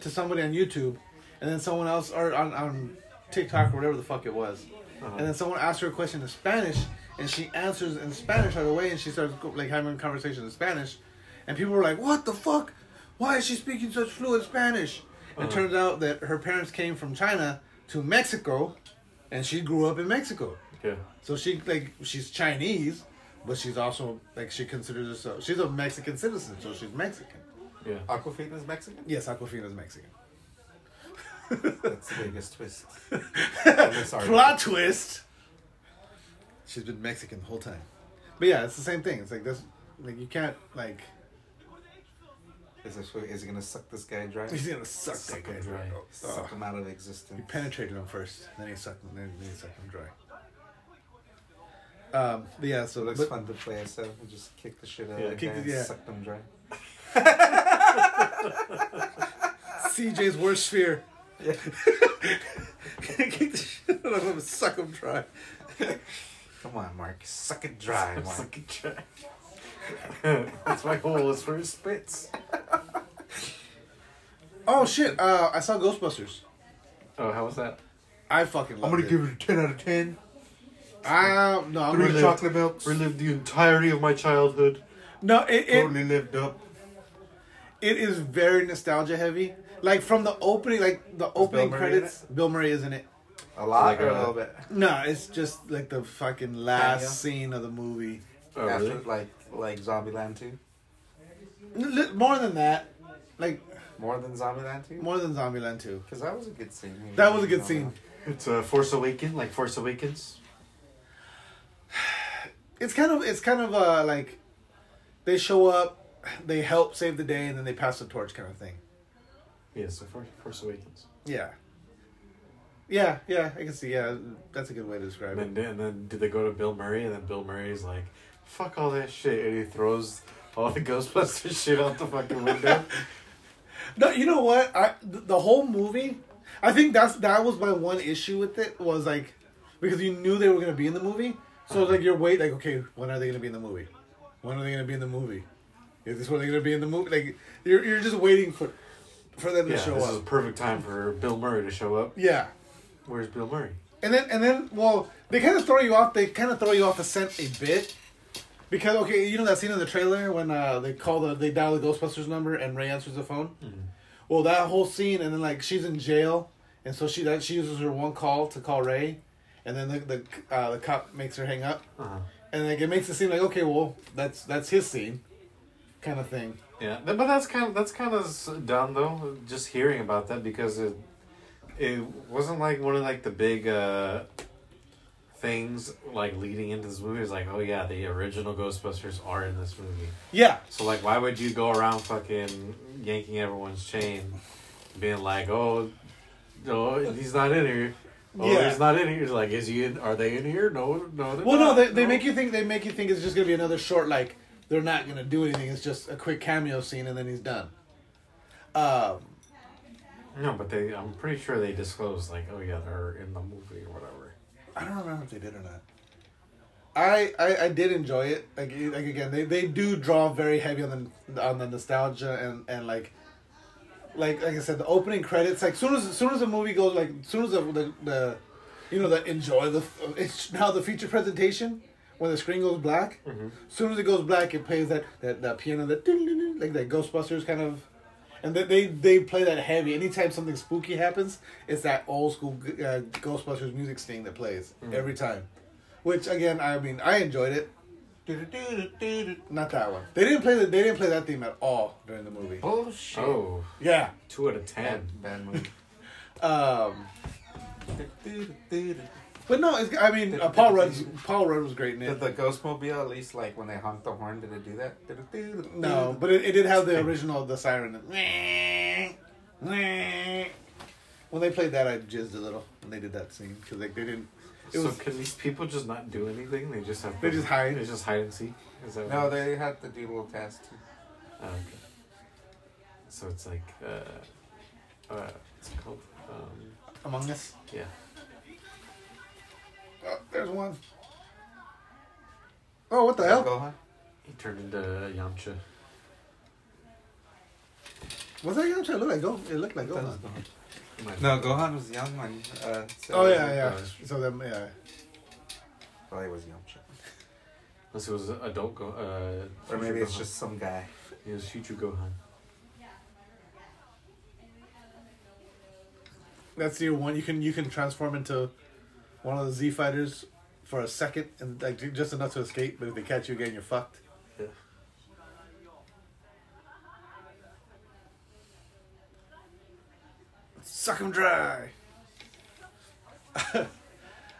[SPEAKER 4] to somebody on YouTube, and then someone else or on, on TikTok or whatever the fuck it was.
[SPEAKER 5] Uh-huh.
[SPEAKER 4] And then someone asked her a question in Spanish, and she answers in Spanish right away, and she starts go- like having a conversation in Spanish, and people were like, "What the fuck? Why is she speaking such fluent Spanish?"
[SPEAKER 5] Uh-huh.
[SPEAKER 4] It turns out that her parents came from China to Mexico, and she grew up in Mexico.
[SPEAKER 2] yeah.
[SPEAKER 4] So she like she's Chinese, but she's also like she considers herself she's a Mexican citizen, so she's Mexican.
[SPEAKER 2] Yeah.
[SPEAKER 5] Aquafina's Mexican?
[SPEAKER 4] Yes, Aquafina's Mexican.
[SPEAKER 5] That's the biggest twist. sorry.
[SPEAKER 4] Plot twist. She's been Mexican the whole time. But yeah, it's the same thing. It's like that's like you can't like
[SPEAKER 5] Is it, is it gonna suck this guy dry?
[SPEAKER 4] He's gonna suck that guy dry.
[SPEAKER 2] dry.
[SPEAKER 5] Suck
[SPEAKER 4] Ugh.
[SPEAKER 5] him out of existence.
[SPEAKER 4] He penetrated him first, then he sucked him, then he sucked him dry. Um, but yeah, so
[SPEAKER 5] It looks
[SPEAKER 4] but-
[SPEAKER 5] fun to play as hell. You Just kick the shit out
[SPEAKER 2] Yeah,
[SPEAKER 5] of the
[SPEAKER 4] kick
[SPEAKER 5] guy
[SPEAKER 4] the-
[SPEAKER 5] and
[SPEAKER 4] yeah.
[SPEAKER 5] suck them dry.
[SPEAKER 4] CJ's worst fear. Kick the shit out of him, suck him dry.
[SPEAKER 5] Come on, Mark. Suck it dry, Mark.
[SPEAKER 2] Suck it dry. That's my goal. Is for his spits.
[SPEAKER 4] Oh shit! Uh, I saw Ghostbusters.
[SPEAKER 2] Oh, how was that?
[SPEAKER 4] I fucking.
[SPEAKER 5] I'm
[SPEAKER 4] Loved
[SPEAKER 5] gonna
[SPEAKER 4] it.
[SPEAKER 5] give it a 10 out of 10.
[SPEAKER 4] I, um, no, I'm
[SPEAKER 5] Three
[SPEAKER 4] gonna-
[SPEAKER 5] chocolate milks.
[SPEAKER 2] Relived the entirety of my childhood.
[SPEAKER 4] No, it, it
[SPEAKER 5] Totally lived up.
[SPEAKER 4] it is very nostalgia heavy. Like from the opening, like the opening
[SPEAKER 5] Murray
[SPEAKER 4] credits. Bill Murray is in it.
[SPEAKER 5] A lot
[SPEAKER 2] Like
[SPEAKER 5] or
[SPEAKER 2] a-
[SPEAKER 5] a little bit.
[SPEAKER 4] No, it's just like the fucking last
[SPEAKER 5] Yeah.
[SPEAKER 4] scene of the movie.
[SPEAKER 2] Oh,
[SPEAKER 5] After,
[SPEAKER 2] really?
[SPEAKER 5] like, like Zombieland 2.
[SPEAKER 4] N- li- More than that, like
[SPEAKER 5] More than Zombieland 2?
[SPEAKER 4] more than Zombieland Two.
[SPEAKER 5] Because that was a good scene.
[SPEAKER 4] That was a good scene.
[SPEAKER 2] It's uh, Force Awakens, like Force Awakens.
[SPEAKER 4] It's kind of it's kind of uh like they show up, they help save the day, and then they pass the torch kind of thing.
[SPEAKER 2] Yeah, so Force, Force Awakens.
[SPEAKER 4] Yeah. Yeah, yeah, I can see. Yeah, that's a good way to describe it.
[SPEAKER 2] And then, and then did they go to Bill Murray? And then Bill Murray's like, "Fuck all that shit," and he throws all the Ghostbusters shit out the fucking window.
[SPEAKER 4] No, you know what? I th- the whole movie, I think that's that was my one issue with it was like because you knew they were gonna be in the movie, so like you're wait like okay when are they gonna be in the movie? When are they gonna be in the movie? Is this when they're gonna be in the movie? Like you're you're just waiting for for them to
[SPEAKER 2] yeah,
[SPEAKER 4] show
[SPEAKER 2] this is a
[SPEAKER 4] up.
[SPEAKER 2] perfect time for Bill Murray to show up.
[SPEAKER 4] Yeah,
[SPEAKER 2] Where's Bill Murray?
[SPEAKER 4] and then and then well they kind of throw you off. They kind of throw you off the scent a bit. Because okay, you know that scene in the trailer when uh, they call the they dial the Ghostbusters number and Ray answers the phone. Well, that whole scene, and then like she's in jail, and so she that she uses her one call to call Ray, and then the the uh, the cop makes her hang up,
[SPEAKER 2] Uh-huh.
[SPEAKER 4] and like it makes it seem like okay, well that's that's his scene, kind of thing.
[SPEAKER 2] Yeah, th- but that's kind of that's kind of dumb though. Just hearing about that because it it wasn't like one of like the big uh, things like leading into this movie. It's like, oh yeah, the original Ghostbusters are in this movie.
[SPEAKER 4] Yeah,
[SPEAKER 2] So like, why would you go around fucking yanking everyone's chain, being like, oh, no, he's not in here. Oh,
[SPEAKER 4] Yeah.
[SPEAKER 2] he's not in here. It's like, is he? In, are they in here? No, no. They're
[SPEAKER 4] well no,
[SPEAKER 2] not.
[SPEAKER 4] they they make you think they make you think it's just gonna be another short like they're not gonna do anything. It's just a quick cameo scene, and then he's done. Um,
[SPEAKER 2] No, but they. I'm pretty sure they disclosed like, oh yeah, they're in the movie or whatever.
[SPEAKER 4] I don't remember if they did or not. I I, I did enjoy it. Like, it- like again, they, they do draw very heavy on the on the nostalgia and, and like like like I said, the opening credits. Like soon as soon as the movie goes, like soon as the the, the you know the enjoy the it's now the feature presentation when the screen goes black. soon as it goes black, it plays that that, that piano that ding, ding, ding, like that Ghostbusters kind of. And they, they they play that heavy. Anytime something spooky happens, it's that old school uh, Ghostbusters music sting that plays every time. Which again, I mean, I enjoyed it. Not that one. They didn't play the, They didn't play that theme at all during the movie.
[SPEAKER 5] Bullshit.
[SPEAKER 2] Oh,
[SPEAKER 4] Yeah.
[SPEAKER 2] two out of ten.
[SPEAKER 5] Bad, bad movie.
[SPEAKER 4] Um, but no, it's, I mean, uh, Paul Rudd. Paul Rudd was great in
[SPEAKER 5] Did
[SPEAKER 4] it.
[SPEAKER 5] the Ghostmobile, at least, like, when they honked the horn, did it do that?
[SPEAKER 4] No, but it, it did have the original the siren. When they played that, I jizzed a little when they did that scene because like they didn't. It
[SPEAKER 2] so
[SPEAKER 4] was
[SPEAKER 2] can these people just not do anything? They just have
[SPEAKER 4] They just hide.
[SPEAKER 2] They just hide and seek. Is that
[SPEAKER 5] No,
[SPEAKER 2] what-
[SPEAKER 5] they had to do little tasks too.
[SPEAKER 2] Oh, okay. So it's like uh, uh, what's it called? Um,
[SPEAKER 4] Among Us.
[SPEAKER 2] yeah.
[SPEAKER 4] Oh, there's one. Oh, what the hell?
[SPEAKER 5] Gohan?
[SPEAKER 2] He turned into Yamcha.
[SPEAKER 4] Was that Yamcha? It looked like Go. It looked like Gohan.
[SPEAKER 2] Am I-
[SPEAKER 5] No, Gohan was young when. Uh, so
[SPEAKER 4] Oh yeah, yeah.
[SPEAKER 2] Gohan.
[SPEAKER 4] So them, yeah.
[SPEAKER 5] Probably was Yamcha.
[SPEAKER 2] Unless it was adult Go. Uh,
[SPEAKER 5] Or maybe
[SPEAKER 2] future
[SPEAKER 5] it's
[SPEAKER 2] Gohan.
[SPEAKER 5] just some guy.
[SPEAKER 2] it was future Gohan.
[SPEAKER 4] That's your one. You can you can transform into one of the Z fighters for a second and like just enough to escape. But if they catch you again, you're fucked.
[SPEAKER 2] Yeah.
[SPEAKER 4] Suck 'em dry.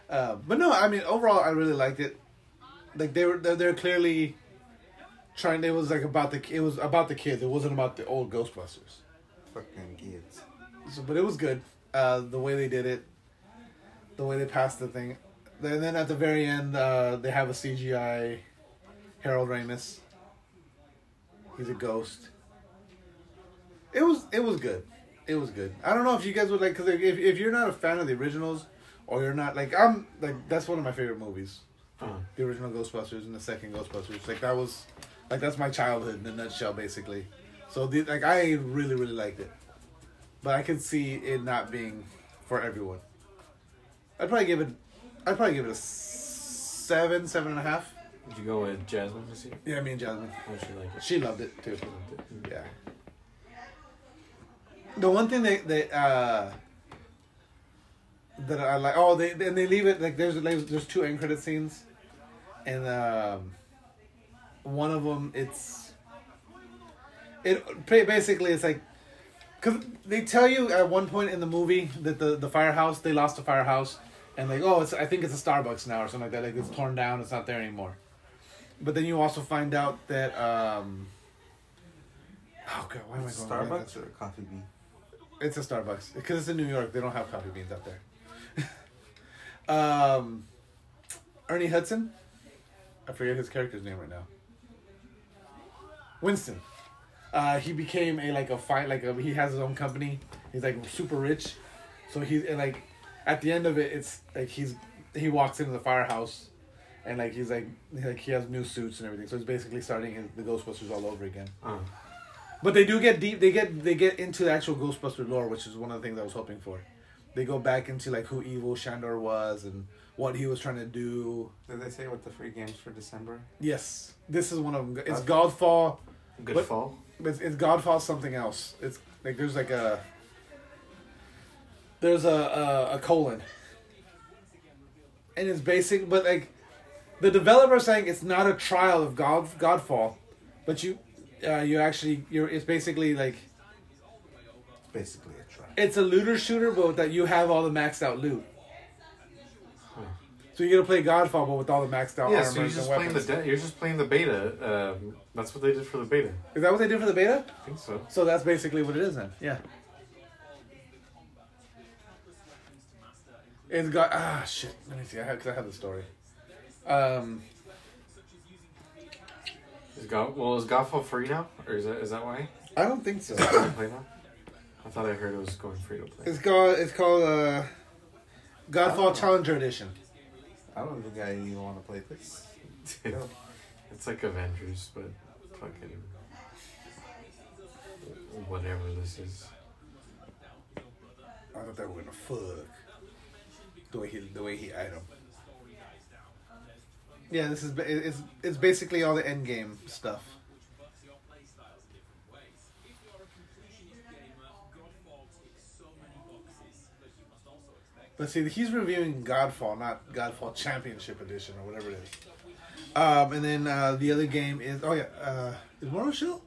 [SPEAKER 4] uh, but no, I mean overall, I really liked it. Like they were, they're, they're clearly trying. It was like about the. It was about the kids. It wasn't about the old Ghostbusters.
[SPEAKER 5] Fucking kids.
[SPEAKER 4] So, but it was good. Uh, the way they did it, the way they passed the thing, and then at the very end, uh, they have a CGI Harold Ramis. He's a ghost. It was it was good. It was good. I don't know if you guys would like because if if you're not a fan of the originals, or you're not like I'm like that's one of my favorite movies,
[SPEAKER 2] Uh,
[SPEAKER 4] the original Ghostbusters and the second Ghostbusters. Like that was, like that's my childhood in a nutshell, basically. So the, like I really really liked it, but I could see it not being for everyone. I'd probably give it, I'd probably give it a seven, seven and a half.
[SPEAKER 2] did you go with Jasmine to see?
[SPEAKER 4] Yeah, me and Jasmine.
[SPEAKER 2] How she like it?
[SPEAKER 4] She loved it too.
[SPEAKER 2] She-
[SPEAKER 4] Yeah. The one thing they they uh that I like oh they and they leave it like there's like, there's two end credit scenes, and um, one of them it's it ba- basically it's like because they tell you at one point in the movie that the the firehouse they lost a firehouse and like oh it's I think it's a Starbucks now or something like that like it's torn down it's not there anymore, but then you also find out that um oh god why am I going blank?
[SPEAKER 5] Starbucks or Coffee Bean?
[SPEAKER 4] It's a Starbucks because it's in New York. They don't have coffee beans out there. um, Ernie Hudson. I forget his character's name right now. Winston. Uh, he became a like a fight like a, he has his own company. He's like super rich, so he's and like at the end of it, it's like he's he walks into the firehouse, and like he's like he- like he has new suits and everything. So he's basically starting his, the Ghostbusters all over again.
[SPEAKER 2] Uh,
[SPEAKER 4] But they do get deep. They get they get into the actual Ghostbuster lore, which is one of the things I was hoping for. They go back into like who Evil Shandor was and what he was trying to do.
[SPEAKER 5] Did they say what the free games for December?
[SPEAKER 4] Yes, this is one of them. It's
[SPEAKER 5] Okay.
[SPEAKER 4] Godfall.
[SPEAKER 2] good
[SPEAKER 4] What-
[SPEAKER 2] fall.
[SPEAKER 4] It's, it's Godfall something else. It's like there's like a there's a a, a colon, and it's basic. But like the developer saying it's not a trial of God Godfall, but you uh, you actually you're it's basically like
[SPEAKER 5] It's basically a try.
[SPEAKER 4] it's a looter shooter, but that you have all the maxed out loot. So you get to play Godfall, but with all the maxed out
[SPEAKER 2] Yeah,
[SPEAKER 4] armor
[SPEAKER 2] so you're
[SPEAKER 4] and
[SPEAKER 2] just playing
[SPEAKER 4] weapons.
[SPEAKER 2] the de- you're just playing the beta. Um, that's what they did for the beta.
[SPEAKER 4] is that what they did for the beta?
[SPEAKER 2] I think so.
[SPEAKER 4] So that's basically what it is then. Yeah. It's got ah shit. Let me see. I have because I have the story. Um,
[SPEAKER 2] Is God well is Godfall free now, or is that is that why?
[SPEAKER 4] I don't think so.
[SPEAKER 2] Is that free to play now? I thought I heard it was going free to play.
[SPEAKER 4] It's called it's called uh, Godfall Challenger Edition.
[SPEAKER 5] I don't think I even want to play this.
[SPEAKER 2] it's like Avengers, but fucking whatever this is.
[SPEAKER 4] I thought they were gonna fuck. The way he, the way he eyed him. Yeah, this is ba- it- it's it's basically all the end game stuff. Let's see, he's reviewing Godfall, not Godfall Championship Edition or whatever it is. Um, and then uh, the other game is oh yeah, uh, is Mortal Shell?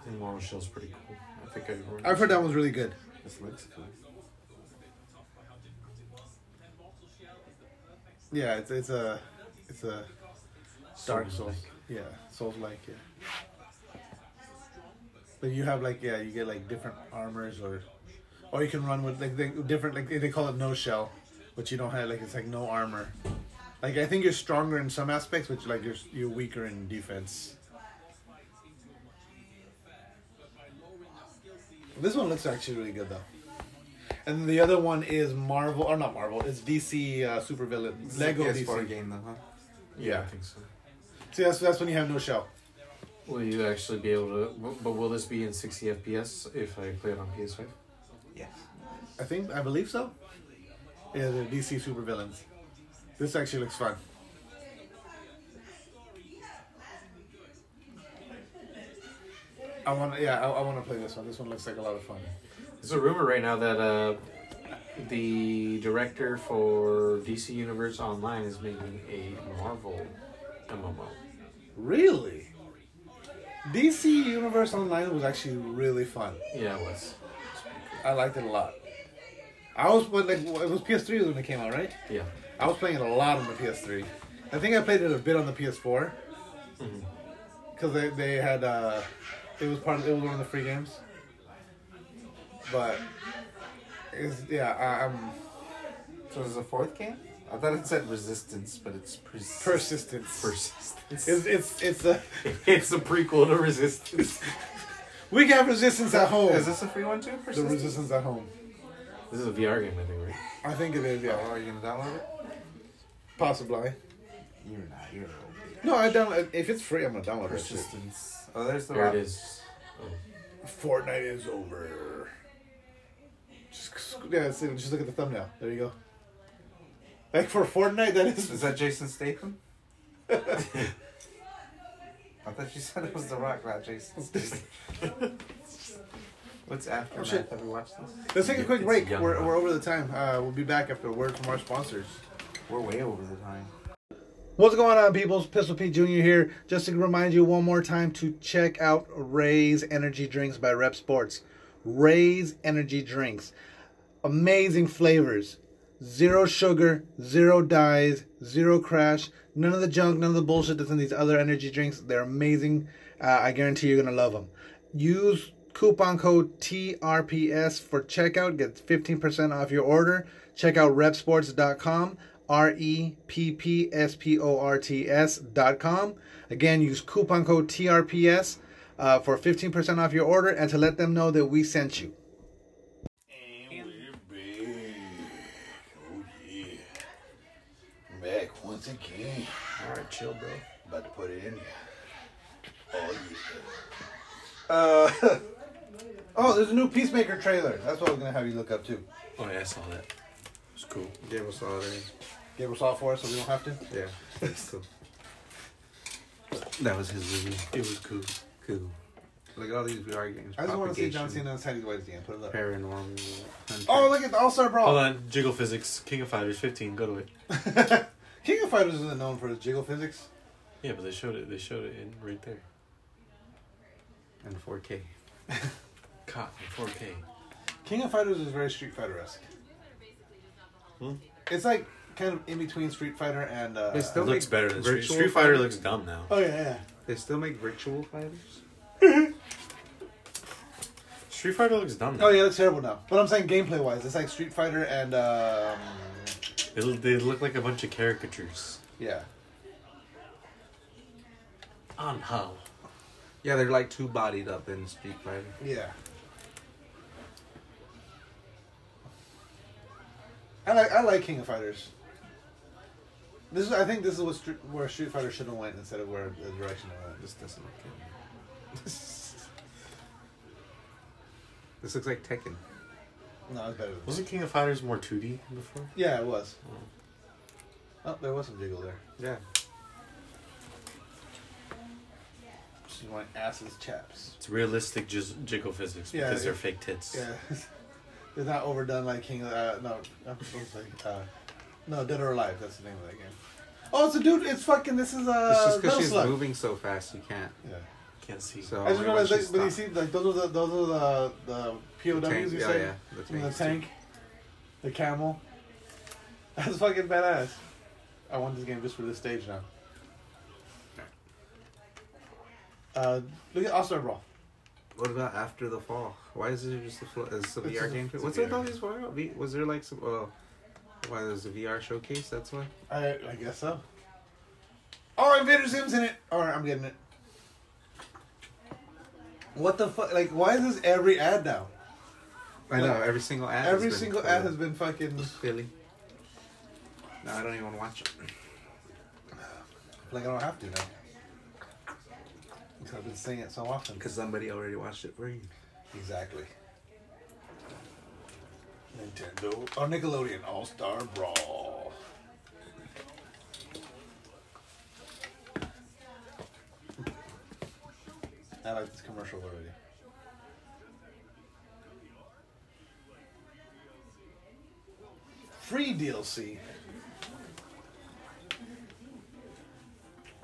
[SPEAKER 2] I think Mortal Shell's pretty cool. I think I remember.
[SPEAKER 4] I've heard that one's really good.
[SPEAKER 5] This looks cool.
[SPEAKER 4] Yeah, it's it's a it's a Dark Souls.
[SPEAKER 2] Souls-like.
[SPEAKER 4] Yeah, Souls like yeah. But you have like yeah, you get like different armors or, or you can run with like they, different like they call it no shell, but you don't have like it's like no armor. Like I think you're stronger in some aspects, which like you're you're weaker in defense. This one looks actually really good though. And the other one is Marvel, or not Marvel, it's DC uh, Supervillain.
[SPEAKER 5] This
[SPEAKER 4] Lego
[SPEAKER 5] is a PS4
[SPEAKER 4] DC.
[SPEAKER 5] game though, huh?
[SPEAKER 2] Yeah, I think so.
[SPEAKER 4] See, that's, that's when you have no shell.
[SPEAKER 2] Will you actually be able to? But will this be in 60 FPS if I play it on PS5?
[SPEAKER 5] Yes.
[SPEAKER 4] I think I believe so. Yeah, the DC supervillains. This actually looks fun. I want, yeah, I, I want to play this one. This one looks like a lot of fun.
[SPEAKER 2] There's a rumor right now that uh, the director for DC Universe Online is making a Marvel MMO.
[SPEAKER 4] Really, DC Universe Online was actually really fun.
[SPEAKER 2] Yeah, it was.
[SPEAKER 4] I liked it a lot. I was but like it was PS3 when it came out, right?
[SPEAKER 2] Yeah.
[SPEAKER 4] I was playing it a lot on the PS3, I think I played it a bit on the PS4
[SPEAKER 3] Mm-hmm.
[SPEAKER 4] because they, they had uh, it was part of it was one of the free games. But it's, yeah, I, I'm
[SPEAKER 3] So there's a fourth game? I thought it said resistance, but it's persistence.
[SPEAKER 4] persistence.
[SPEAKER 2] Persistence.
[SPEAKER 4] It's it's it's a
[SPEAKER 2] It's a prequel to Resistance.
[SPEAKER 4] we got resistance at home.
[SPEAKER 3] Is this a free one too?
[SPEAKER 4] the
[SPEAKER 3] Persistence?
[SPEAKER 4] resistance at home.
[SPEAKER 2] This is a VR game, I think, right?
[SPEAKER 4] I think it is.
[SPEAKER 3] Oh,
[SPEAKER 4] Yeah,
[SPEAKER 3] are you gonna download it?
[SPEAKER 4] possibly.
[SPEAKER 3] You're not. You're an old dude.
[SPEAKER 4] No, I download. If it's free, I'm gonna download it.
[SPEAKER 3] Persistence. Oh, there's the
[SPEAKER 2] There
[SPEAKER 3] rock.
[SPEAKER 2] it is. Oh.
[SPEAKER 4] Fortnite is over. Just sc- yeah, see, just look at the thumbnail. There you go. Like for Fortnite, that
[SPEAKER 3] Is
[SPEAKER 4] is.
[SPEAKER 3] that Jason Statham? I thought you said it was The Rock, not Jason Statham. What's after
[SPEAKER 4] Oh, shit.
[SPEAKER 3] Have you watched this?
[SPEAKER 4] Let's take a quick
[SPEAKER 2] It's
[SPEAKER 4] break.
[SPEAKER 2] young,
[SPEAKER 4] We're,
[SPEAKER 2] huh?
[SPEAKER 4] we're over the time. Uh, we'll be back after a word from our sponsors.
[SPEAKER 3] We're way over the time.
[SPEAKER 4] What's going on, peoples? Pistol Pete Jr. here. Just to remind you one more time to check out Ray's Energy Drinks by Rep Sports. Ray's Energy Drinks. Amazing flavors. Zero sugar, zero dyes, zero crash, none of the junk, none of the bullshit that's in these other energy drinks. They're amazing. Uh, I guarantee you're going to love them. Use coupon code TRPS for checkout. Get 15% off your order. Check out repsports.com. R E P P S P O R T S dot com. Again, use coupon code TRPS uh, for 15% off your order and to let them know that we sent you.
[SPEAKER 7] And we're back. Oh, yeah. Back once again. Alright, chill, bro. About to put it in here. Oh, yeah.
[SPEAKER 4] Uh, oh, there's a new Peacemaker trailer. That's what I was going to have you look up to.
[SPEAKER 2] oh, yeah, I saw that. It's cool.
[SPEAKER 3] Gabriel saw it.
[SPEAKER 4] Gabriel saw it for us, so we don't have to.
[SPEAKER 3] Yeah, that's cool. That was his movie.
[SPEAKER 2] It was cool.
[SPEAKER 3] Cool. Look at all these VR games.
[SPEAKER 4] I just want to see John
[SPEAKER 3] Propagation,
[SPEAKER 4] Cena's Teddy White again. Put it up.
[SPEAKER 3] Paranormal. Hunter.
[SPEAKER 4] Oh, look at the All Star Brawl.
[SPEAKER 2] Hold on. Jiggle Physics. King of Fighters 15. Go to it.
[SPEAKER 4] King of Fighters isn't known for his jiggle physics.
[SPEAKER 2] Yeah, but they showed it. They showed it in right there.
[SPEAKER 3] And 4K.
[SPEAKER 2] Caught in 4K.
[SPEAKER 4] King of Fighters is very Street Fighter esque.
[SPEAKER 2] Hmm?
[SPEAKER 4] It's like kind of in between Street Fighter and. Uh,
[SPEAKER 3] It's the-
[SPEAKER 2] It
[SPEAKER 3] Don't
[SPEAKER 2] looks
[SPEAKER 3] make
[SPEAKER 2] better than Street,
[SPEAKER 3] virtual
[SPEAKER 2] Street Fighter. Looks dumb now.
[SPEAKER 4] oh, yeah, yeah.
[SPEAKER 3] They still make virtual fighters?
[SPEAKER 2] Street Fighter looks dumb now.
[SPEAKER 4] Oh yeah, that's terrible now. But I'm saying gameplay wise, it's like Street Fighter and um,
[SPEAKER 2] It, they look like a bunch of caricatures.
[SPEAKER 4] yeah,
[SPEAKER 2] On how?
[SPEAKER 3] Yeah, they're like two bodied up in Street Fighter.
[SPEAKER 4] yeah. I like I like King of Fighters. This is I think this is what Street, where Street Fighter should have went instead of where the direction it went.
[SPEAKER 3] This doesn't look good. this looks like Tekken.
[SPEAKER 4] No, it's better. Than
[SPEAKER 2] Wasn't King of Fighters more 2D before?
[SPEAKER 4] Yeah, it was. Oh, there was some jiggle there.
[SPEAKER 3] Yeah.
[SPEAKER 4] She went asses chaps.
[SPEAKER 2] It's realistic just jiggle physics
[SPEAKER 4] Yeah,
[SPEAKER 2] because they're
[SPEAKER 4] it-
[SPEAKER 2] fake tits.
[SPEAKER 4] Yeah, it's not overdone like King. Uh, no, I was like, uh, no, Dead or Alive. That's the name of that game. Oh, it's a dude. It's fucking. This is uh,
[SPEAKER 3] It's just because
[SPEAKER 4] Metal
[SPEAKER 3] she's
[SPEAKER 4] Slug.
[SPEAKER 3] moving so fast, you can't.
[SPEAKER 4] Yeah.
[SPEAKER 2] Can't see.
[SPEAKER 3] So
[SPEAKER 4] I just
[SPEAKER 3] only
[SPEAKER 4] realized,
[SPEAKER 3] when
[SPEAKER 4] like,
[SPEAKER 3] she
[SPEAKER 4] but you see,
[SPEAKER 3] stopped.
[SPEAKER 4] like those are the those are the the POWs
[SPEAKER 3] The tank-
[SPEAKER 4] you
[SPEAKER 3] yeah,
[SPEAKER 4] said.
[SPEAKER 3] yeah, the
[SPEAKER 4] And the
[SPEAKER 3] tanks,
[SPEAKER 4] tank, the camel. That's fucking badass. I want this game just for this stage now. Uh, look at All Star Brawl.
[SPEAKER 3] What about after the fall? Why is it just a, fl- is a
[SPEAKER 4] It's
[SPEAKER 3] VR
[SPEAKER 4] just a-
[SPEAKER 3] game? too?
[SPEAKER 4] it's a
[SPEAKER 3] What's with
[SPEAKER 4] VR
[SPEAKER 3] all
[SPEAKER 4] game.
[SPEAKER 3] these VR? V- Was there like some? Oh, why there's a VR showcase? That's why.
[SPEAKER 4] I I guess so. Oh, Invader Zim's in it. All right, I'm getting it. What the fuck? Like, why is this every ad now?
[SPEAKER 3] I know every single ad. has
[SPEAKER 4] Every
[SPEAKER 3] been
[SPEAKER 4] single
[SPEAKER 3] for
[SPEAKER 4] ad has been fucking
[SPEAKER 3] Philly. No, I don't even watch it.
[SPEAKER 4] like I don't have to now. Because I've been seeing it so often.
[SPEAKER 3] Because somebody already watched it for you.
[SPEAKER 4] Exactly. Nintendo or Nickelodeon All Star Brawl. I like this commercial already. Free DLC.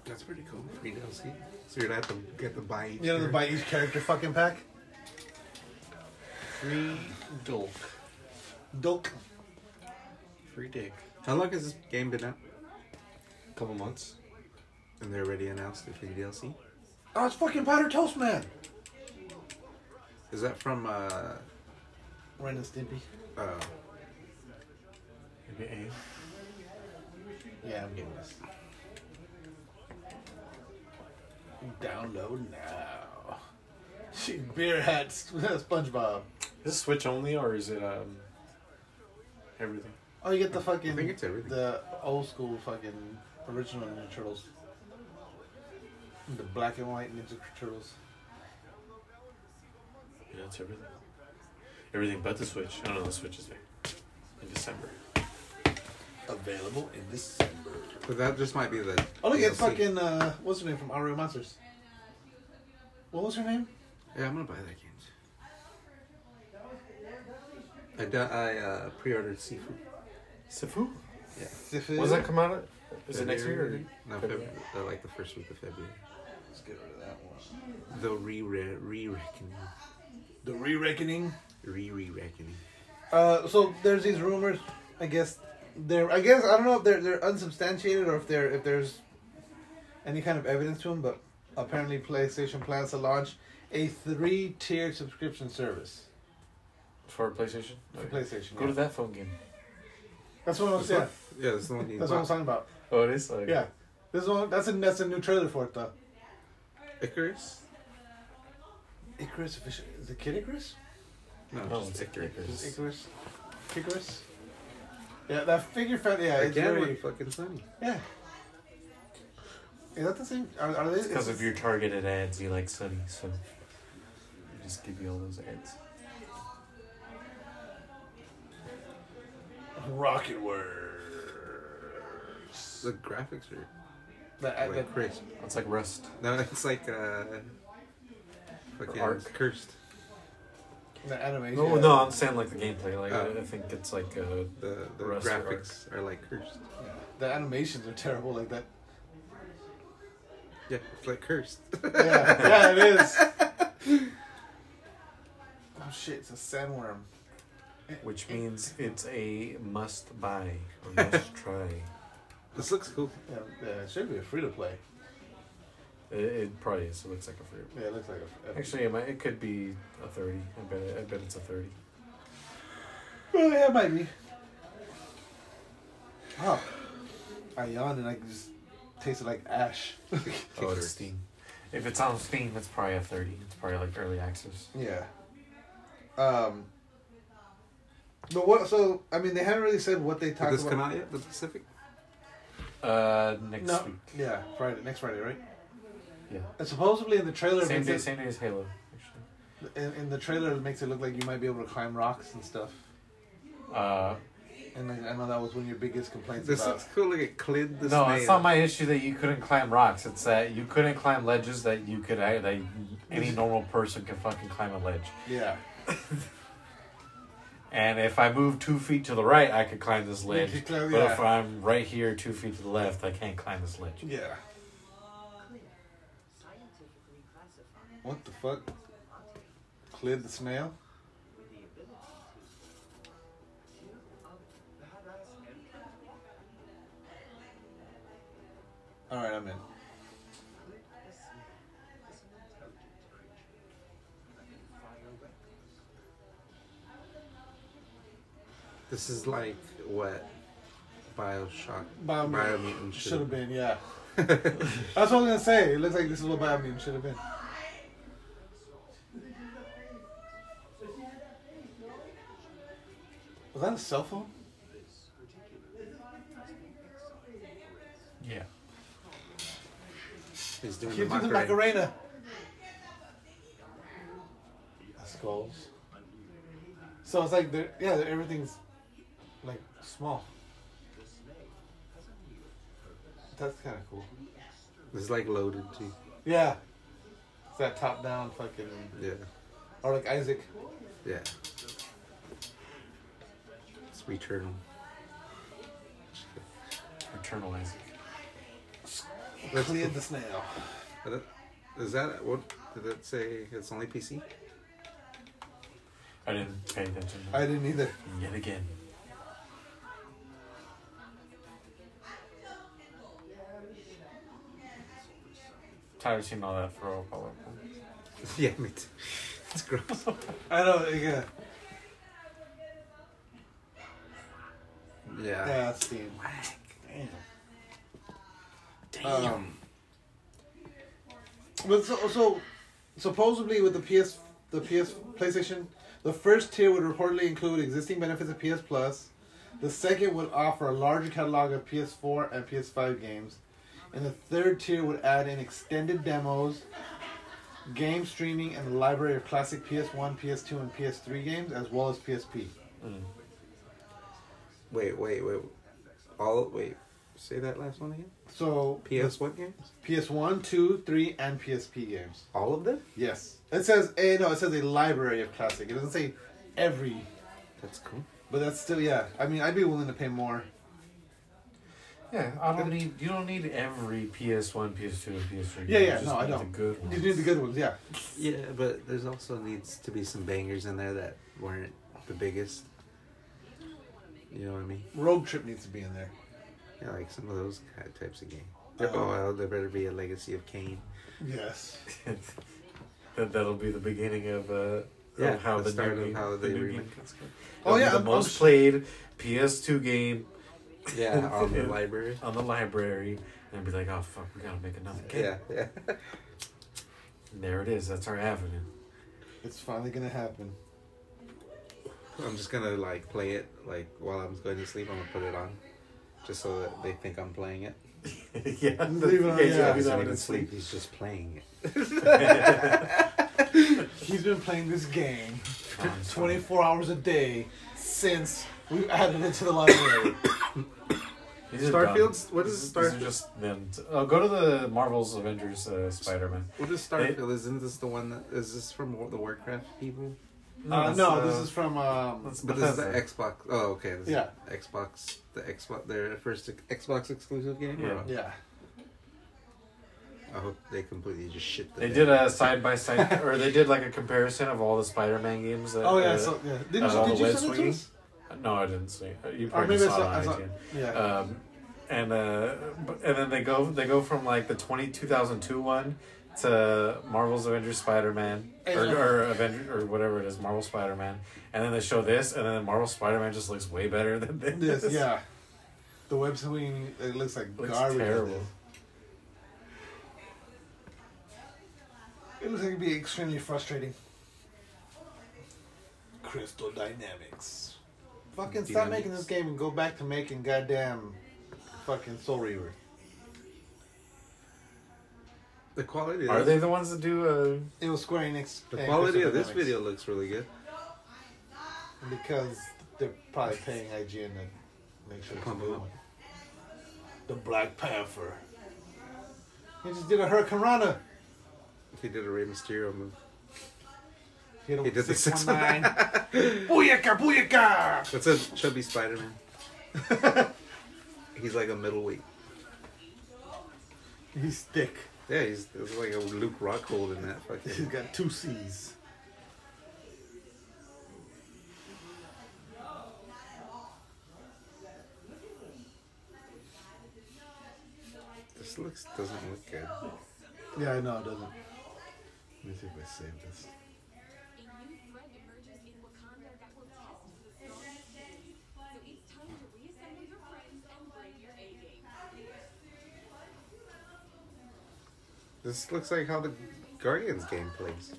[SPEAKER 3] That's pretty cool. Free DLC. So you're gonna have to get the buy each.
[SPEAKER 4] You know, to
[SPEAKER 3] year.
[SPEAKER 4] buy each character fucking pack.
[SPEAKER 2] Free dolk.
[SPEAKER 4] Dope.
[SPEAKER 2] Free dick.
[SPEAKER 3] How long has this game been out? couple months, and they already announced it for the DLC.
[SPEAKER 4] Oh, it's fucking Powder Toast Man.
[SPEAKER 3] Is that from uh,
[SPEAKER 4] Ren and Stimpy.
[SPEAKER 3] uh
[SPEAKER 4] Yeah, I'm getting this. Download now. She beer hat Sp- SpongeBob.
[SPEAKER 2] Is it Switch only or is it um everything?
[SPEAKER 4] Oh, you get the fucking.
[SPEAKER 3] think it's everything.
[SPEAKER 4] The old school fucking original Ninja Turtles. The black and white Ninja Turtles.
[SPEAKER 2] Yeah, it's everything. Everything but the Switch. I don't know the Switch is there in December.
[SPEAKER 4] Available in December.
[SPEAKER 3] But that just might be the.
[SPEAKER 4] Oh, look, it's
[SPEAKER 3] DLC.
[SPEAKER 4] fucking. Uh, what's her name from Ario Monsters? What was her name?
[SPEAKER 3] Yeah, I'm gonna buy that game. I do, I uh, pre-ordered Seafood.
[SPEAKER 2] Sifu?
[SPEAKER 4] Sifu.
[SPEAKER 2] When's that come out? Is it next year? Or?
[SPEAKER 3] February? No, February. Uh, like the first week of February.
[SPEAKER 4] Let's get rid of that one.
[SPEAKER 3] The re re reckoning,
[SPEAKER 4] The Re Reckoning.
[SPEAKER 3] re re reckoning.
[SPEAKER 4] Uh, so there's these rumors. I guess they're. I guess I don't know if they're they're unsubstantiated or if they're if there's any kind of evidence to them. But apparently, PlayStation plans to launch a three tier subscription service
[SPEAKER 2] For PlayStation?
[SPEAKER 4] for
[SPEAKER 2] Okay.
[SPEAKER 4] PlayStation.
[SPEAKER 2] Go
[SPEAKER 4] yeah.
[SPEAKER 2] to that phone game.
[SPEAKER 4] That's what I'm
[SPEAKER 3] That's
[SPEAKER 4] saying.
[SPEAKER 3] what- Yeah, that's the one you
[SPEAKER 4] That's what I'm talking about.
[SPEAKER 2] Oh, it is? Okay.
[SPEAKER 4] Yeah, this one. That's a that's a new trailer for it though.
[SPEAKER 3] Icarus?
[SPEAKER 4] Icarus official. Is it Kid Icarus?
[SPEAKER 3] No,
[SPEAKER 2] Oh,
[SPEAKER 3] just
[SPEAKER 2] it's
[SPEAKER 3] Icarus.
[SPEAKER 4] Is it Icarus? Icarus. Yeah, that figure. Fan, yeah, it's
[SPEAKER 3] Again,
[SPEAKER 4] very.
[SPEAKER 3] with fucking funny.
[SPEAKER 4] Yeah. Is that the same? Are, are they?
[SPEAKER 2] Because
[SPEAKER 4] is-
[SPEAKER 2] of your targeted ads, you like Sunny, so they just give you all those ads.
[SPEAKER 4] Rocket Word.
[SPEAKER 3] The graphics are
[SPEAKER 4] The, uh,
[SPEAKER 3] like crisp.
[SPEAKER 2] It's like Rust.
[SPEAKER 3] No, it's like uh, fucking
[SPEAKER 2] Arc.
[SPEAKER 3] cursed.
[SPEAKER 4] the, the animation.
[SPEAKER 2] No, no, I'm saying like the gameplay. Like
[SPEAKER 3] Oh.
[SPEAKER 2] I, I think it's like uh,
[SPEAKER 3] The the
[SPEAKER 2] Rust or Arc.
[SPEAKER 3] graphics are like cursed.
[SPEAKER 4] The animations are terrible like that.
[SPEAKER 3] Yeah, it's like cursed.
[SPEAKER 4] Yeah, yeah it is. oh shit, it's a sandworm.
[SPEAKER 2] which means it's a must buy or must try.
[SPEAKER 3] this looks cool.
[SPEAKER 4] Yeah, yeah, it should be a free to play.
[SPEAKER 2] It, it probably is. It looks like a free.
[SPEAKER 4] Yeah, it looks like a. a
[SPEAKER 2] Actually, it, might, it could be a thirty. I bet. I bet it's a thirty.
[SPEAKER 4] well, yeah, it might be. Oh, I yawned and I can just tasted like ash.
[SPEAKER 2] Oh, it's
[SPEAKER 3] Kickers.
[SPEAKER 2] Steam. If it's on Steam, it's probably a thirty. It's probably like early access.
[SPEAKER 4] Yeah. Um. But what? So I mean, they haven't really said what they
[SPEAKER 3] Did
[SPEAKER 4] talked
[SPEAKER 3] this
[SPEAKER 4] about.
[SPEAKER 3] come out yet? The Pacific?
[SPEAKER 2] Uh, next
[SPEAKER 4] No.
[SPEAKER 2] week.
[SPEAKER 4] Yeah, Friday. Next Friday, right?
[SPEAKER 2] Yeah.
[SPEAKER 4] And supposedly in the trailer,
[SPEAKER 2] Same
[SPEAKER 4] it
[SPEAKER 2] day.
[SPEAKER 4] makes
[SPEAKER 2] Same day as Halo. Actually.
[SPEAKER 4] it, in, in the trailer it makes it look like you might be able to climb rocks and stuff.
[SPEAKER 2] Uh,
[SPEAKER 4] And I, I know that was one of your biggest complaints
[SPEAKER 3] This
[SPEAKER 4] about.
[SPEAKER 3] looks cool. Look at Clint the
[SPEAKER 2] no,
[SPEAKER 3] snail.
[SPEAKER 2] it's not my issue that you couldn't climb rocks. It's that you couldn't climb ledges that you could. I- That any normal person can fucking climb a ledge.
[SPEAKER 4] Yeah.
[SPEAKER 2] And if I move two feet to the right, I could climb this ledge.
[SPEAKER 4] could climb-
[SPEAKER 2] But
[SPEAKER 4] yeah.
[SPEAKER 2] if I'm right here, two feet to the left, I can't climb this ledge.
[SPEAKER 4] Yeah. What the fuck? Cleared the snail? Alright, I'm in.
[SPEAKER 3] This is like what Bioshock
[SPEAKER 4] Biomutant.
[SPEAKER 3] Biomutant
[SPEAKER 4] Should have
[SPEAKER 3] should've
[SPEAKER 4] been, yeah. That's what I was gonna say. It looks like this is what Biomune should have been. Was that a cell phone?
[SPEAKER 2] Yeah.
[SPEAKER 3] He's doing
[SPEAKER 4] He
[SPEAKER 3] the
[SPEAKER 4] did the
[SPEAKER 3] Macarena.
[SPEAKER 4] Macarena. Skulls. So it's like they're yeah, they're, everything's like small. That's kind of cool.
[SPEAKER 3] This is like loaded too.
[SPEAKER 4] Yeah. It's that top down fucking
[SPEAKER 3] Yeah,
[SPEAKER 4] or like Isaac.
[SPEAKER 3] yeah. It's Returnal.
[SPEAKER 2] Eternal Isaac.
[SPEAKER 3] That's
[SPEAKER 4] Cleared the snail.
[SPEAKER 3] Are that- Is that what did it say? It's only PC.
[SPEAKER 2] I didn't pay attention.
[SPEAKER 4] I didn't either.
[SPEAKER 2] Yet again. tired of seeing all that throw up all over.
[SPEAKER 3] yeah, me too. It's gross.
[SPEAKER 4] I don't. Yeah,
[SPEAKER 3] Yeah.
[SPEAKER 4] yeah, that's the Damn. Um, but so, so supposedly with the PS, the PS PlayStation, the first tier would reportedly include existing benefits of PS Plus. The second would offer a larger catalog of PS4 and PS5 games, and the third tier would add in extended demos, game streaming, and a library of classic PS1, PS2, and PS3 games, as well as PSP.
[SPEAKER 3] Wait, wait, wait. All wait. Say that last one again.
[SPEAKER 4] So
[SPEAKER 3] PS what games?
[SPEAKER 4] PS1, 2, 3, and PSP games.
[SPEAKER 3] All of them?
[SPEAKER 4] Yes. It says a no, it says a library of classic. It doesn't say every,
[SPEAKER 3] That's cool.
[SPEAKER 4] but that's still yeah. I mean, I'd be willing to pay more.
[SPEAKER 2] Yeah, I don't need. You don't need every PS One, PS Two, and PS Three.
[SPEAKER 4] Yeah,
[SPEAKER 2] game.
[SPEAKER 4] yeah,
[SPEAKER 2] Just
[SPEAKER 4] no, I
[SPEAKER 2] need
[SPEAKER 4] don't.
[SPEAKER 2] The good
[SPEAKER 4] You do
[SPEAKER 2] ones.
[SPEAKER 4] the good ones, yeah.
[SPEAKER 3] Yeah, but there's also needs to be some bangers in there that weren't the biggest. You know what I mean?
[SPEAKER 4] Road Trip needs to be in there.
[SPEAKER 3] Yeah, like some of those ki- types of games. oh, well, there better be a Legacy of Kane.
[SPEAKER 4] Yes.
[SPEAKER 2] that that'll be the beginning of uh.
[SPEAKER 3] Yeah,
[SPEAKER 2] of how
[SPEAKER 3] the
[SPEAKER 2] the,
[SPEAKER 3] start
[SPEAKER 2] new
[SPEAKER 3] of
[SPEAKER 2] game,
[SPEAKER 3] how
[SPEAKER 2] the
[SPEAKER 3] they
[SPEAKER 2] new
[SPEAKER 3] remake
[SPEAKER 2] game gets going.
[SPEAKER 4] Oh,
[SPEAKER 2] That'll be
[SPEAKER 4] yeah,
[SPEAKER 2] the
[SPEAKER 4] I'm-
[SPEAKER 2] most
[SPEAKER 4] I'm-
[SPEAKER 2] played PS2 game
[SPEAKER 3] Yeah, on the library.
[SPEAKER 2] on the library, and be like, oh fuck, we gotta make another game.
[SPEAKER 3] Yeah, yeah.
[SPEAKER 2] And there it is. That's our avenue.
[SPEAKER 4] It's finally gonna happen.
[SPEAKER 3] I'm just gonna like play it like while I'm going to sleep. I'm gonna put it on, just so that they think I'm playing it.
[SPEAKER 2] yeah,
[SPEAKER 4] Leave it on,
[SPEAKER 2] yeah,
[SPEAKER 4] yeah.
[SPEAKER 2] yeah,
[SPEAKER 3] He's
[SPEAKER 2] yeah,
[SPEAKER 3] not even sleep. He's just playing it.
[SPEAKER 4] He's been playing this game
[SPEAKER 2] Oh, I'm sorry.
[SPEAKER 4] 24 hours a day since we've added it to the library.
[SPEAKER 2] These are
[SPEAKER 3] Starfield's-
[SPEAKER 2] dumb.
[SPEAKER 3] what is
[SPEAKER 2] These are-
[SPEAKER 3] Starfield?
[SPEAKER 2] These are just them. T- oh, go to the Marvel's Avengers uh, Spider Man.
[SPEAKER 3] What is Starfield? Isn't this the one that is this from War- the Warcraft people?
[SPEAKER 4] uh,
[SPEAKER 2] that's,
[SPEAKER 4] no,
[SPEAKER 2] uh,
[SPEAKER 4] this is from um,
[SPEAKER 3] But this is the Xbox. Oh, okay. This
[SPEAKER 4] Yeah.
[SPEAKER 3] Is Xbox. The Xbox. Their first Xbox exclusive game. or-
[SPEAKER 2] Yeah.
[SPEAKER 4] yeah.
[SPEAKER 3] I hope they completely just shit. The
[SPEAKER 2] They
[SPEAKER 3] bed.
[SPEAKER 2] did a side by side, or they did like a comparison of all the Spider Man games. That,
[SPEAKER 4] Oh yeah,
[SPEAKER 2] uh,
[SPEAKER 4] so yeah. Did
[SPEAKER 2] uh,
[SPEAKER 4] you,
[SPEAKER 2] all
[SPEAKER 4] did
[SPEAKER 2] the
[SPEAKER 4] you
[SPEAKER 2] web
[SPEAKER 4] send it to
[SPEAKER 2] swinging?
[SPEAKER 4] us?
[SPEAKER 2] No, I didn't see. it. You
[SPEAKER 4] Or
[SPEAKER 2] probably
[SPEAKER 4] maybe I
[SPEAKER 2] saw
[SPEAKER 4] saw, I
[SPEAKER 2] it
[SPEAKER 4] saw
[SPEAKER 2] on IGN.
[SPEAKER 4] yeah.
[SPEAKER 2] Um, and uh, but- and then they go they go from like the 20, 2002 one to Marvel's Avengers Spider Man or, or Avenger or whatever it is Marvel Spider Man, and then they show this, and then Marvel Spider Man just looks way better than this.
[SPEAKER 4] this, yeah. The web swinging it looks like
[SPEAKER 2] looks
[SPEAKER 4] garbage. in
[SPEAKER 2] terrible.
[SPEAKER 4] this. It looks like it'd be extremely frustrating. Crystal Dynamics. Fucking stop making this game and go back to making goddamn fucking Soul Reaver.
[SPEAKER 3] The quality. Of
[SPEAKER 2] Are
[SPEAKER 3] this-
[SPEAKER 2] they the ones that do? Uh,
[SPEAKER 4] It was Square Enix.
[SPEAKER 3] The
[SPEAKER 4] and
[SPEAKER 3] quality
[SPEAKER 4] Crystal
[SPEAKER 3] of this
[SPEAKER 4] Dynamics
[SPEAKER 3] video looks really good.
[SPEAKER 4] Because they're probably paying IGN to make sure it's a
[SPEAKER 3] Pump
[SPEAKER 4] good
[SPEAKER 3] up.
[SPEAKER 4] one. The Black Panther. He just did a Hurricane Rana.
[SPEAKER 3] He did a Rey Mysterio move.
[SPEAKER 4] He,
[SPEAKER 3] He did the six one
[SPEAKER 4] 619. Booyaka, booyaka!
[SPEAKER 3] That's a chubby Spider Man. he's like a middleweight.
[SPEAKER 4] He's thick.
[SPEAKER 3] Yeah, he's, he's like a Luke Rockhold in that
[SPEAKER 4] He's
[SPEAKER 3] fucking.
[SPEAKER 4] got two C's.
[SPEAKER 3] This looks doesn't look good.
[SPEAKER 4] Yeah, I know it doesn't. Let me see if I save this.
[SPEAKER 8] A new threat emerges in Wakanda that will test the strongest men. So it's time to reassemble your friends and bring your A game.
[SPEAKER 3] This looks like how the Guardians game plays.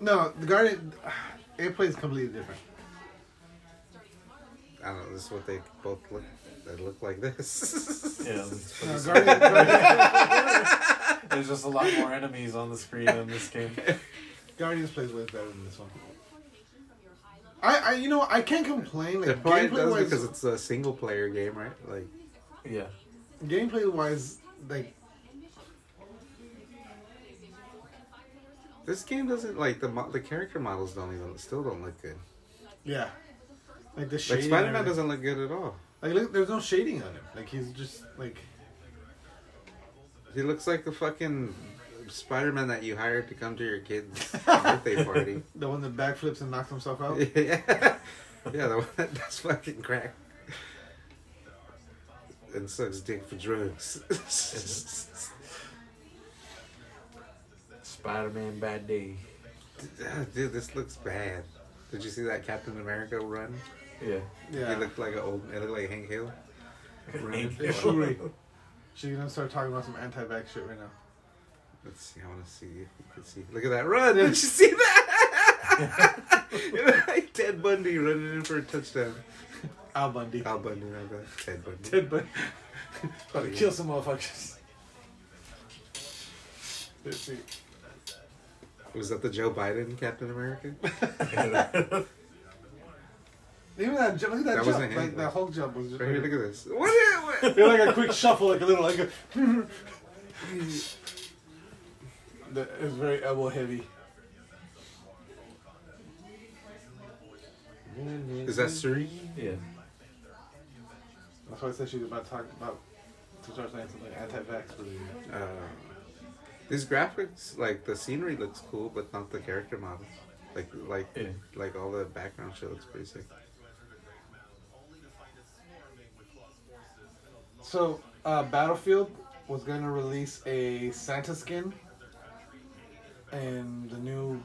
[SPEAKER 4] No, the Guardian. It plays completely different.
[SPEAKER 3] I don't know. This is what they both look. They look like this.
[SPEAKER 2] yeah, that's what
[SPEAKER 4] No,
[SPEAKER 2] he said.
[SPEAKER 4] Guardian, Guardian-
[SPEAKER 2] there's just a lot more enemies on the screen in this game.
[SPEAKER 4] Guardians plays way better than this one.
[SPEAKER 8] Coordination from your high level
[SPEAKER 4] I, I, you know, I can't complain. Like
[SPEAKER 3] it probably
[SPEAKER 4] gameplay
[SPEAKER 3] does
[SPEAKER 4] wise,
[SPEAKER 3] because it's a single player game, right? Like
[SPEAKER 2] Yeah,
[SPEAKER 4] gameplay wise, like
[SPEAKER 3] this game doesn't like the mo- the character models don't even still don't look good.
[SPEAKER 4] yeah, like the
[SPEAKER 3] Like
[SPEAKER 4] shading.
[SPEAKER 3] Spider Man
[SPEAKER 4] and
[SPEAKER 3] doesn't
[SPEAKER 4] everything.
[SPEAKER 3] look good at all.
[SPEAKER 4] Like, look, there's no shading on him. Like he's just like.
[SPEAKER 3] He looks like the fucking Spider Man that you hired to come to your kid's birthday party.
[SPEAKER 4] The one that backflips and knocks himself out.
[SPEAKER 3] yeah, yeah, the one that does fucking crack and sucks dick for drugs.
[SPEAKER 2] Spider Man Bad Day.
[SPEAKER 7] Mm-hmm.
[SPEAKER 3] Ah, Dude, this looks bad. Did you see that Captain America run?
[SPEAKER 2] Yeah.
[SPEAKER 3] He looked like an old. It looked like Hank Hill.
[SPEAKER 2] Hank
[SPEAKER 3] Running.
[SPEAKER 2] Hill.
[SPEAKER 7] She's gonna start talking about some anti-vax shit right now.
[SPEAKER 3] Let's see. I want to see. if You can see. Look at that run. Did you see that? like Ted Bundy running in for a touchdown.
[SPEAKER 7] Al Bundy.
[SPEAKER 3] Al Bundy, not that. Ted Bundy.
[SPEAKER 7] Ted Bundy.
[SPEAKER 3] Oh, yeah.
[SPEAKER 7] Kill some motherfuckers.
[SPEAKER 3] Was that the Joe Biden Captain America?
[SPEAKER 7] Even that, ju- look at that,
[SPEAKER 3] That
[SPEAKER 7] jump.
[SPEAKER 3] wasn't him,
[SPEAKER 7] like
[SPEAKER 3] though.
[SPEAKER 7] that whole jump was just.
[SPEAKER 3] Right here, look at this. What? Is, what?
[SPEAKER 7] You're like a quick shuffle, like a little, like a. that is very elbow heavy.
[SPEAKER 3] Is that Suri?
[SPEAKER 2] Yeah.
[SPEAKER 7] That's why I said she was about to talk about to start saying something anti-vax. Really.
[SPEAKER 3] Uh, these graphics, like the scenery, looks cool, but not the character models. Like, like,
[SPEAKER 2] Yeah.
[SPEAKER 3] like all the background shit looks pretty sick.
[SPEAKER 7] So, uh, Battlefield was gonna release a Santa skin, and the new,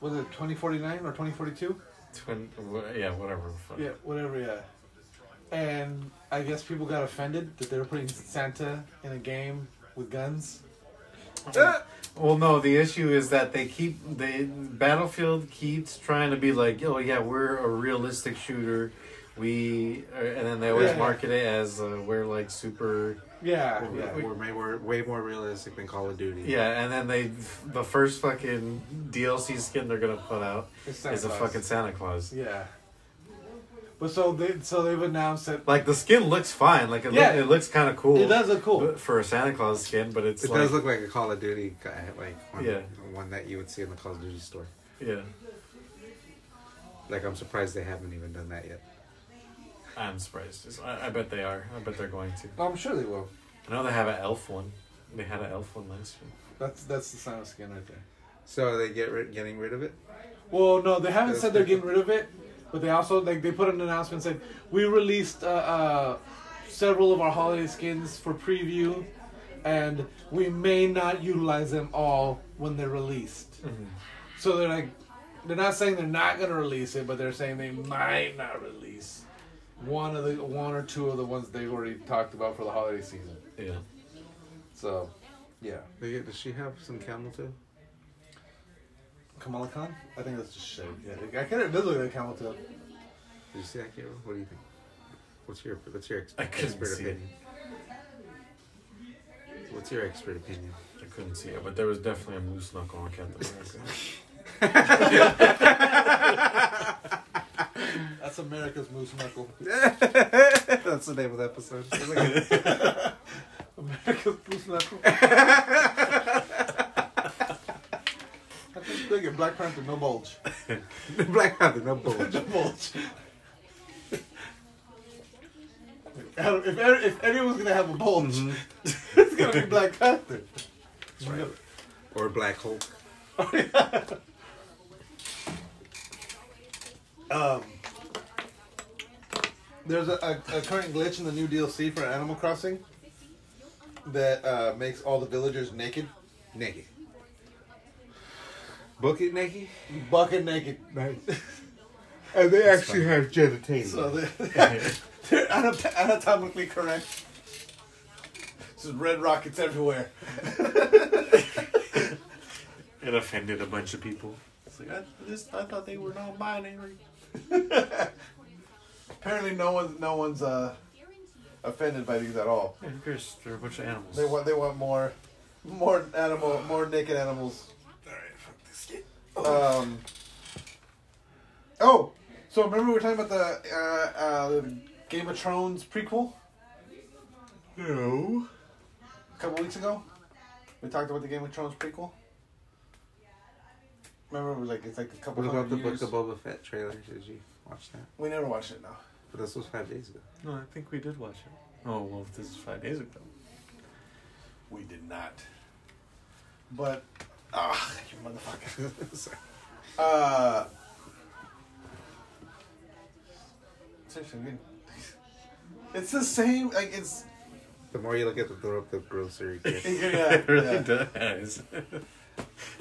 [SPEAKER 7] was it 2049 or 2042?
[SPEAKER 2] Twin, wha- yeah, whatever. Fuck.
[SPEAKER 7] Yeah, whatever. Yeah. And I guess people got offended that they were putting Santa in a game with guns. Uh,
[SPEAKER 2] Well, no, the issue is that they keep they Battlefield keeps trying to be like, oh yeah, we're a realistic shooter. We uh, and then they always
[SPEAKER 7] Yeah.
[SPEAKER 2] market it as uh, we're like super.
[SPEAKER 7] Yeah,
[SPEAKER 3] We're,
[SPEAKER 7] yeah.
[SPEAKER 3] we're, way more- way more realistic than Call of Duty.
[SPEAKER 2] Yeah, and then they the first fucking DLC skin they're gonna put out
[SPEAKER 7] It's Santa
[SPEAKER 2] is a
[SPEAKER 7] Claus.
[SPEAKER 2] fucking Santa Claus.
[SPEAKER 7] Yeah. But so they so they've announced that
[SPEAKER 2] Like the skin looks fine. Like it,
[SPEAKER 7] Yeah.
[SPEAKER 2] loo- it looks kind of cool.
[SPEAKER 7] it does look cool.
[SPEAKER 2] but- for a Santa Claus skin, but it's
[SPEAKER 3] It
[SPEAKER 2] like
[SPEAKER 3] does look like a Call of Duty, guy, like one,
[SPEAKER 2] Yeah.
[SPEAKER 3] one that you would see in the Call of Duty store.
[SPEAKER 2] yeah.
[SPEAKER 3] Like, I'm surprised they haven't even done that yet.
[SPEAKER 2] I'm surprised. It's- I, I bet they are. I bet they're going to.
[SPEAKER 7] I'm sure they will.
[SPEAKER 2] I know they have an elf one. They had an elf one last year.
[SPEAKER 7] That's that's the Santa skin right there.
[SPEAKER 3] So are they get rid, getting rid of it?
[SPEAKER 7] Well, no, they haven't said they're getting rid of it, but they also like they put an announcement saying we released uh, uh, several of our holiday skins for preview, and we may not utilize them all when they're released. So they're like, they're not saying they're not gonna release it, but they're saying they might not release one of the one or two of the ones they already talked about for the holiday season.
[SPEAKER 2] Yeah.
[SPEAKER 7] So, yeah,
[SPEAKER 3] They get- Does she have some camel toe?
[SPEAKER 7] Kamala Khan. I think that's just shit. Yeah, I can't. It does look like Kamala Khan.
[SPEAKER 3] Did you see that camel? What do you think? What's your What's your ex-
[SPEAKER 2] I couldn't
[SPEAKER 3] expert
[SPEAKER 2] see it.
[SPEAKER 3] opinion? What's your expert opinion?
[SPEAKER 2] I couldn't see it, but there was definitely a moose knuckle on Captain America.
[SPEAKER 7] That's America's moose knuckle.
[SPEAKER 3] That's the name of the episode.
[SPEAKER 7] America's moose knuckle. Look at Black Panther, no bulge.
[SPEAKER 3] Black Panther, no bulge.
[SPEAKER 7] bulge. Adam, if, if anyone's gonna have a bulge, it's gonna be Black Panther.
[SPEAKER 3] right. Or Black Hulk.
[SPEAKER 7] Um, there's a, a, a current glitch in the new DLC for Animal Crossing that uh, makes all the villagers naked,
[SPEAKER 3] Naked. Book it, Nikki.
[SPEAKER 7] bucket naked.
[SPEAKER 3] Nice. And they actually have genitalia.
[SPEAKER 7] So they're, they're anat- anatomically correct. Just red rockets everywhere.
[SPEAKER 2] it offended a bunch of people.
[SPEAKER 7] Apparently, no one's no one's uh, offended by these at all.
[SPEAKER 2] And Chris, there are a bunch of animals.
[SPEAKER 7] They want they want more, more animal, more naked animals. Um. Oh, so remember we were talking about the uh, uh, Game of Thrones prequel
[SPEAKER 3] No.
[SPEAKER 7] a couple weeks ago. We talked about the Game of Thrones prequel. Remember, it was like it's like a couple.
[SPEAKER 3] What about
[SPEAKER 7] hundred
[SPEAKER 3] the Book
[SPEAKER 7] years.
[SPEAKER 3] of Boba Fett trailer? Did you watch that?
[SPEAKER 7] We never watched it now.
[SPEAKER 3] But this was five days ago.
[SPEAKER 2] No, I think we did watch it. Oh, well, this is five days ago.
[SPEAKER 7] We did not. But ah, you motherfucker.
[SPEAKER 3] Sorry.
[SPEAKER 7] Uh, seriously, we- it's the same. Like it's
[SPEAKER 3] The more you look at the, the, the grocery, gets.
[SPEAKER 7] yeah,
[SPEAKER 2] It really
[SPEAKER 7] yeah.
[SPEAKER 2] does.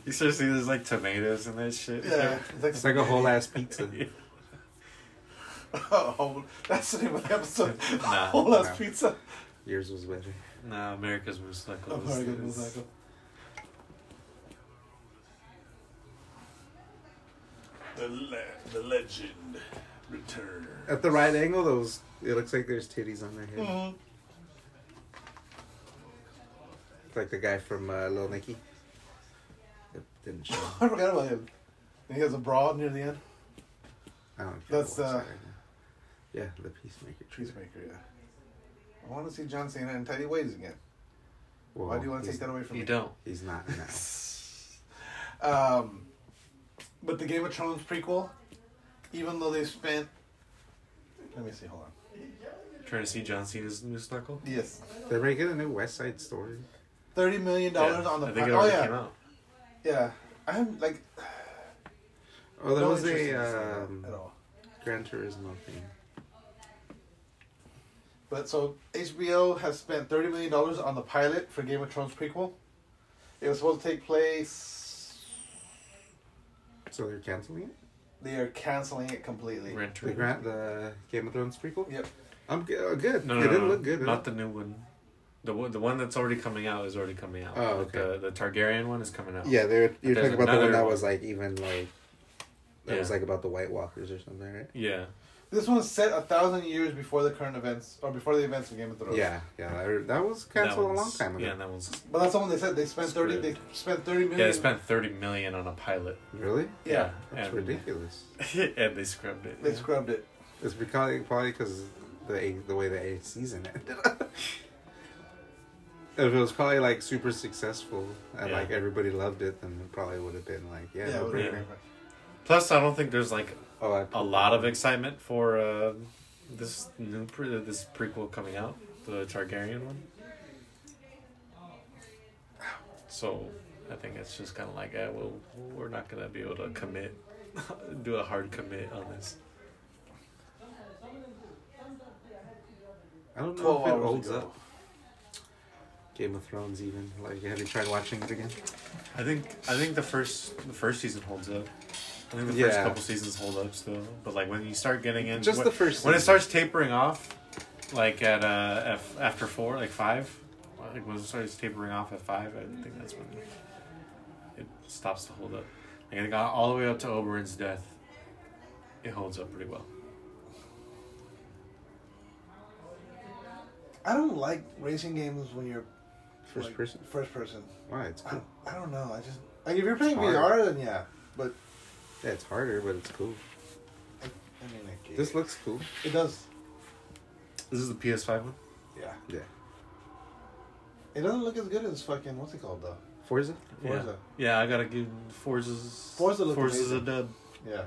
[SPEAKER 2] You start seeing there's like tomatoes and that shit.
[SPEAKER 7] Yeah,
[SPEAKER 3] It's like a whole ass pizza.
[SPEAKER 7] whole. That's the name of the episode.
[SPEAKER 2] Nah,
[SPEAKER 7] whole ass
[SPEAKER 3] nah.
[SPEAKER 7] pizza.
[SPEAKER 3] Yours was better.
[SPEAKER 2] Nah, America's Motorcycle.
[SPEAKER 7] I'm sorry, guys, I go- The le- the legend return.
[SPEAKER 3] At the right angle, those it looks like there's titties on their head.
[SPEAKER 7] Mm-hmm.
[SPEAKER 3] Like the guy from uh, Lil Nicky. That didn't show.
[SPEAKER 7] I forgot about him. And he has a broad near the end.
[SPEAKER 3] I don't care
[SPEAKER 7] That's,
[SPEAKER 3] what's
[SPEAKER 7] uh,
[SPEAKER 3] there now. Yeah, the Peacemaker.
[SPEAKER 7] Peacemaker, yeah. I want to see John Cena and Teddy Waves again.
[SPEAKER 3] Well,
[SPEAKER 7] Why do you want to
[SPEAKER 3] he's-
[SPEAKER 7] take that away from
[SPEAKER 2] You
[SPEAKER 7] me?
[SPEAKER 2] don't.
[SPEAKER 3] He's not now.
[SPEAKER 7] Um, but the Game of Thrones prequel, even though they spent. Let me see, hold on.
[SPEAKER 2] Trying to see John Cena's Moose Knuckle?
[SPEAKER 7] Yes.
[SPEAKER 3] They're making a new West Side Story.
[SPEAKER 7] $30 million
[SPEAKER 2] Yeah,
[SPEAKER 7] on the.
[SPEAKER 2] I think it
[SPEAKER 7] oh,
[SPEAKER 2] already
[SPEAKER 7] yeah.
[SPEAKER 2] came out.
[SPEAKER 7] Yeah. I'm like.
[SPEAKER 3] Oh, there
[SPEAKER 7] no
[SPEAKER 3] was
[SPEAKER 7] interest
[SPEAKER 3] a
[SPEAKER 7] in
[SPEAKER 2] uh,
[SPEAKER 7] seeing
[SPEAKER 3] um,
[SPEAKER 7] that at all.
[SPEAKER 3] Gran Turismo thing.
[SPEAKER 7] But so HBO has spent thirty million dollars on the pilot for Game of Thrones prequel. It was supposed to take place.
[SPEAKER 3] So they're canceling it.
[SPEAKER 7] They are canceling it completely.
[SPEAKER 2] Gran
[SPEAKER 3] The
[SPEAKER 2] Turismo.
[SPEAKER 3] Grant, the Game of Thrones prequel.
[SPEAKER 7] Yep.
[SPEAKER 3] I'm good. Oh, good.
[SPEAKER 2] No,
[SPEAKER 3] it
[SPEAKER 2] no,
[SPEAKER 3] didn't
[SPEAKER 2] no,
[SPEAKER 3] look good.
[SPEAKER 2] Not
[SPEAKER 3] huh?
[SPEAKER 2] the new one. The one, the one that's already coming out is already coming out.
[SPEAKER 3] Oh,
[SPEAKER 2] Like, uh,
[SPEAKER 3] okay.
[SPEAKER 2] The, the Targaryen one is coming out.
[SPEAKER 3] yeah, they're, you're
[SPEAKER 2] there's
[SPEAKER 3] talking about the one
[SPEAKER 2] another
[SPEAKER 3] that
[SPEAKER 2] one.
[SPEAKER 3] was like even like that was
[SPEAKER 2] Yeah.
[SPEAKER 3] like about the White Walkers or something, right?
[SPEAKER 2] Yeah.
[SPEAKER 7] This one's set a thousand years before the current events or before the events of Game of Thrones.
[SPEAKER 3] Yeah, yeah. That, that was
[SPEAKER 2] That
[SPEAKER 3] canceled a long
[SPEAKER 2] one's-
[SPEAKER 3] time ago.
[SPEAKER 2] Yeah, that one's.
[SPEAKER 7] But that's the one they said they spent thirty. They spent thirty million.
[SPEAKER 2] Yeah, they spent 30 million on a pilot.
[SPEAKER 3] Really?
[SPEAKER 7] Yeah.
[SPEAKER 3] That's
[SPEAKER 2] and,
[SPEAKER 3] ridiculous.
[SPEAKER 2] and they scrubbed it.
[SPEAKER 7] They
[SPEAKER 2] yeah.
[SPEAKER 7] scrubbed it.
[SPEAKER 3] It's because probably because the eighth- the way the eighth season ended. if it was probably like super successful and
[SPEAKER 2] Yeah.
[SPEAKER 3] like everybody loved it, then it probably would have been like yeah.
[SPEAKER 7] Yeah. it
[SPEAKER 3] no
[SPEAKER 7] was
[SPEAKER 3] brainer.
[SPEAKER 7] really
[SPEAKER 2] yeah. Plus, I don't think there's like
[SPEAKER 3] Oh, I,
[SPEAKER 2] a lot of excitement for uh, this new pre- this prequel coming out, the Targaryen one. So I think it's just kind of like, eh, well, we're not gonna be able to commit, do a hard commit on this.
[SPEAKER 3] I don't know
[SPEAKER 7] Twelve
[SPEAKER 3] if it
[SPEAKER 7] hours
[SPEAKER 3] holds
[SPEAKER 7] ago.
[SPEAKER 3] up. Game of Thrones, even like have you tried watching it again?
[SPEAKER 2] I think I think the first the first season holds up. I think the first
[SPEAKER 3] Yeah.
[SPEAKER 2] couple seasons hold up still, but like when you start getting in,
[SPEAKER 3] Just
[SPEAKER 2] when,
[SPEAKER 3] the first
[SPEAKER 2] when it
[SPEAKER 3] season.
[SPEAKER 2] starts tapering off, like at uh af- after four, like five, I think when it starts tapering off at five, I think that's when it stops to hold up. Like I think all- all the way up to Oberyn's death, it holds up pretty well.
[SPEAKER 7] I don't like racing games when you're
[SPEAKER 3] First
[SPEAKER 7] like,
[SPEAKER 3] person.
[SPEAKER 7] First person.
[SPEAKER 3] Why it's
[SPEAKER 7] I,
[SPEAKER 3] cool.
[SPEAKER 7] I don't know. I just like if you're playing
[SPEAKER 3] Hard.
[SPEAKER 7] VR, then yeah. But
[SPEAKER 3] Yeah, it's harder, but it's cool.
[SPEAKER 7] I, I mean, like,
[SPEAKER 3] This looks cool.
[SPEAKER 7] it does.
[SPEAKER 2] This is the PS5 one.
[SPEAKER 7] Yeah.
[SPEAKER 3] Yeah.
[SPEAKER 7] It doesn't look as good as fucking what's it called though.
[SPEAKER 3] Forza.
[SPEAKER 7] Forza.
[SPEAKER 2] Yeah, yeah I gotta give Forza's
[SPEAKER 7] Forza looked
[SPEAKER 2] Forza's
[SPEAKER 7] amazing.
[SPEAKER 2] a dub.
[SPEAKER 7] Yeah.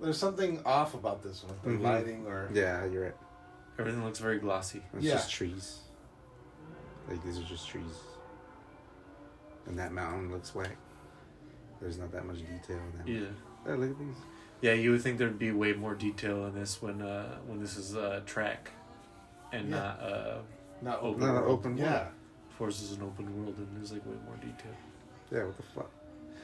[SPEAKER 7] There's something off about this one. The
[SPEAKER 3] Mhm.
[SPEAKER 7] lighting or
[SPEAKER 3] Yeah, you're right.
[SPEAKER 2] Everything looks very glossy.
[SPEAKER 3] It's
[SPEAKER 7] Yeah.
[SPEAKER 3] just trees. Like these are just trees. And that mountain looks whack. There's not that much detail in that.
[SPEAKER 2] Yeah.
[SPEAKER 3] Oh, look at these.
[SPEAKER 2] Yeah, you would think there'd be way more detail in this when uh, when this is uh, track, and
[SPEAKER 7] Yeah.
[SPEAKER 2] not uh,
[SPEAKER 7] not
[SPEAKER 2] open.
[SPEAKER 7] open.
[SPEAKER 3] No, no,
[SPEAKER 2] world.
[SPEAKER 3] open
[SPEAKER 7] Yeah.
[SPEAKER 3] world.
[SPEAKER 2] Force is an open world, and there's like way more detail.
[SPEAKER 3] Yeah, what the fuck?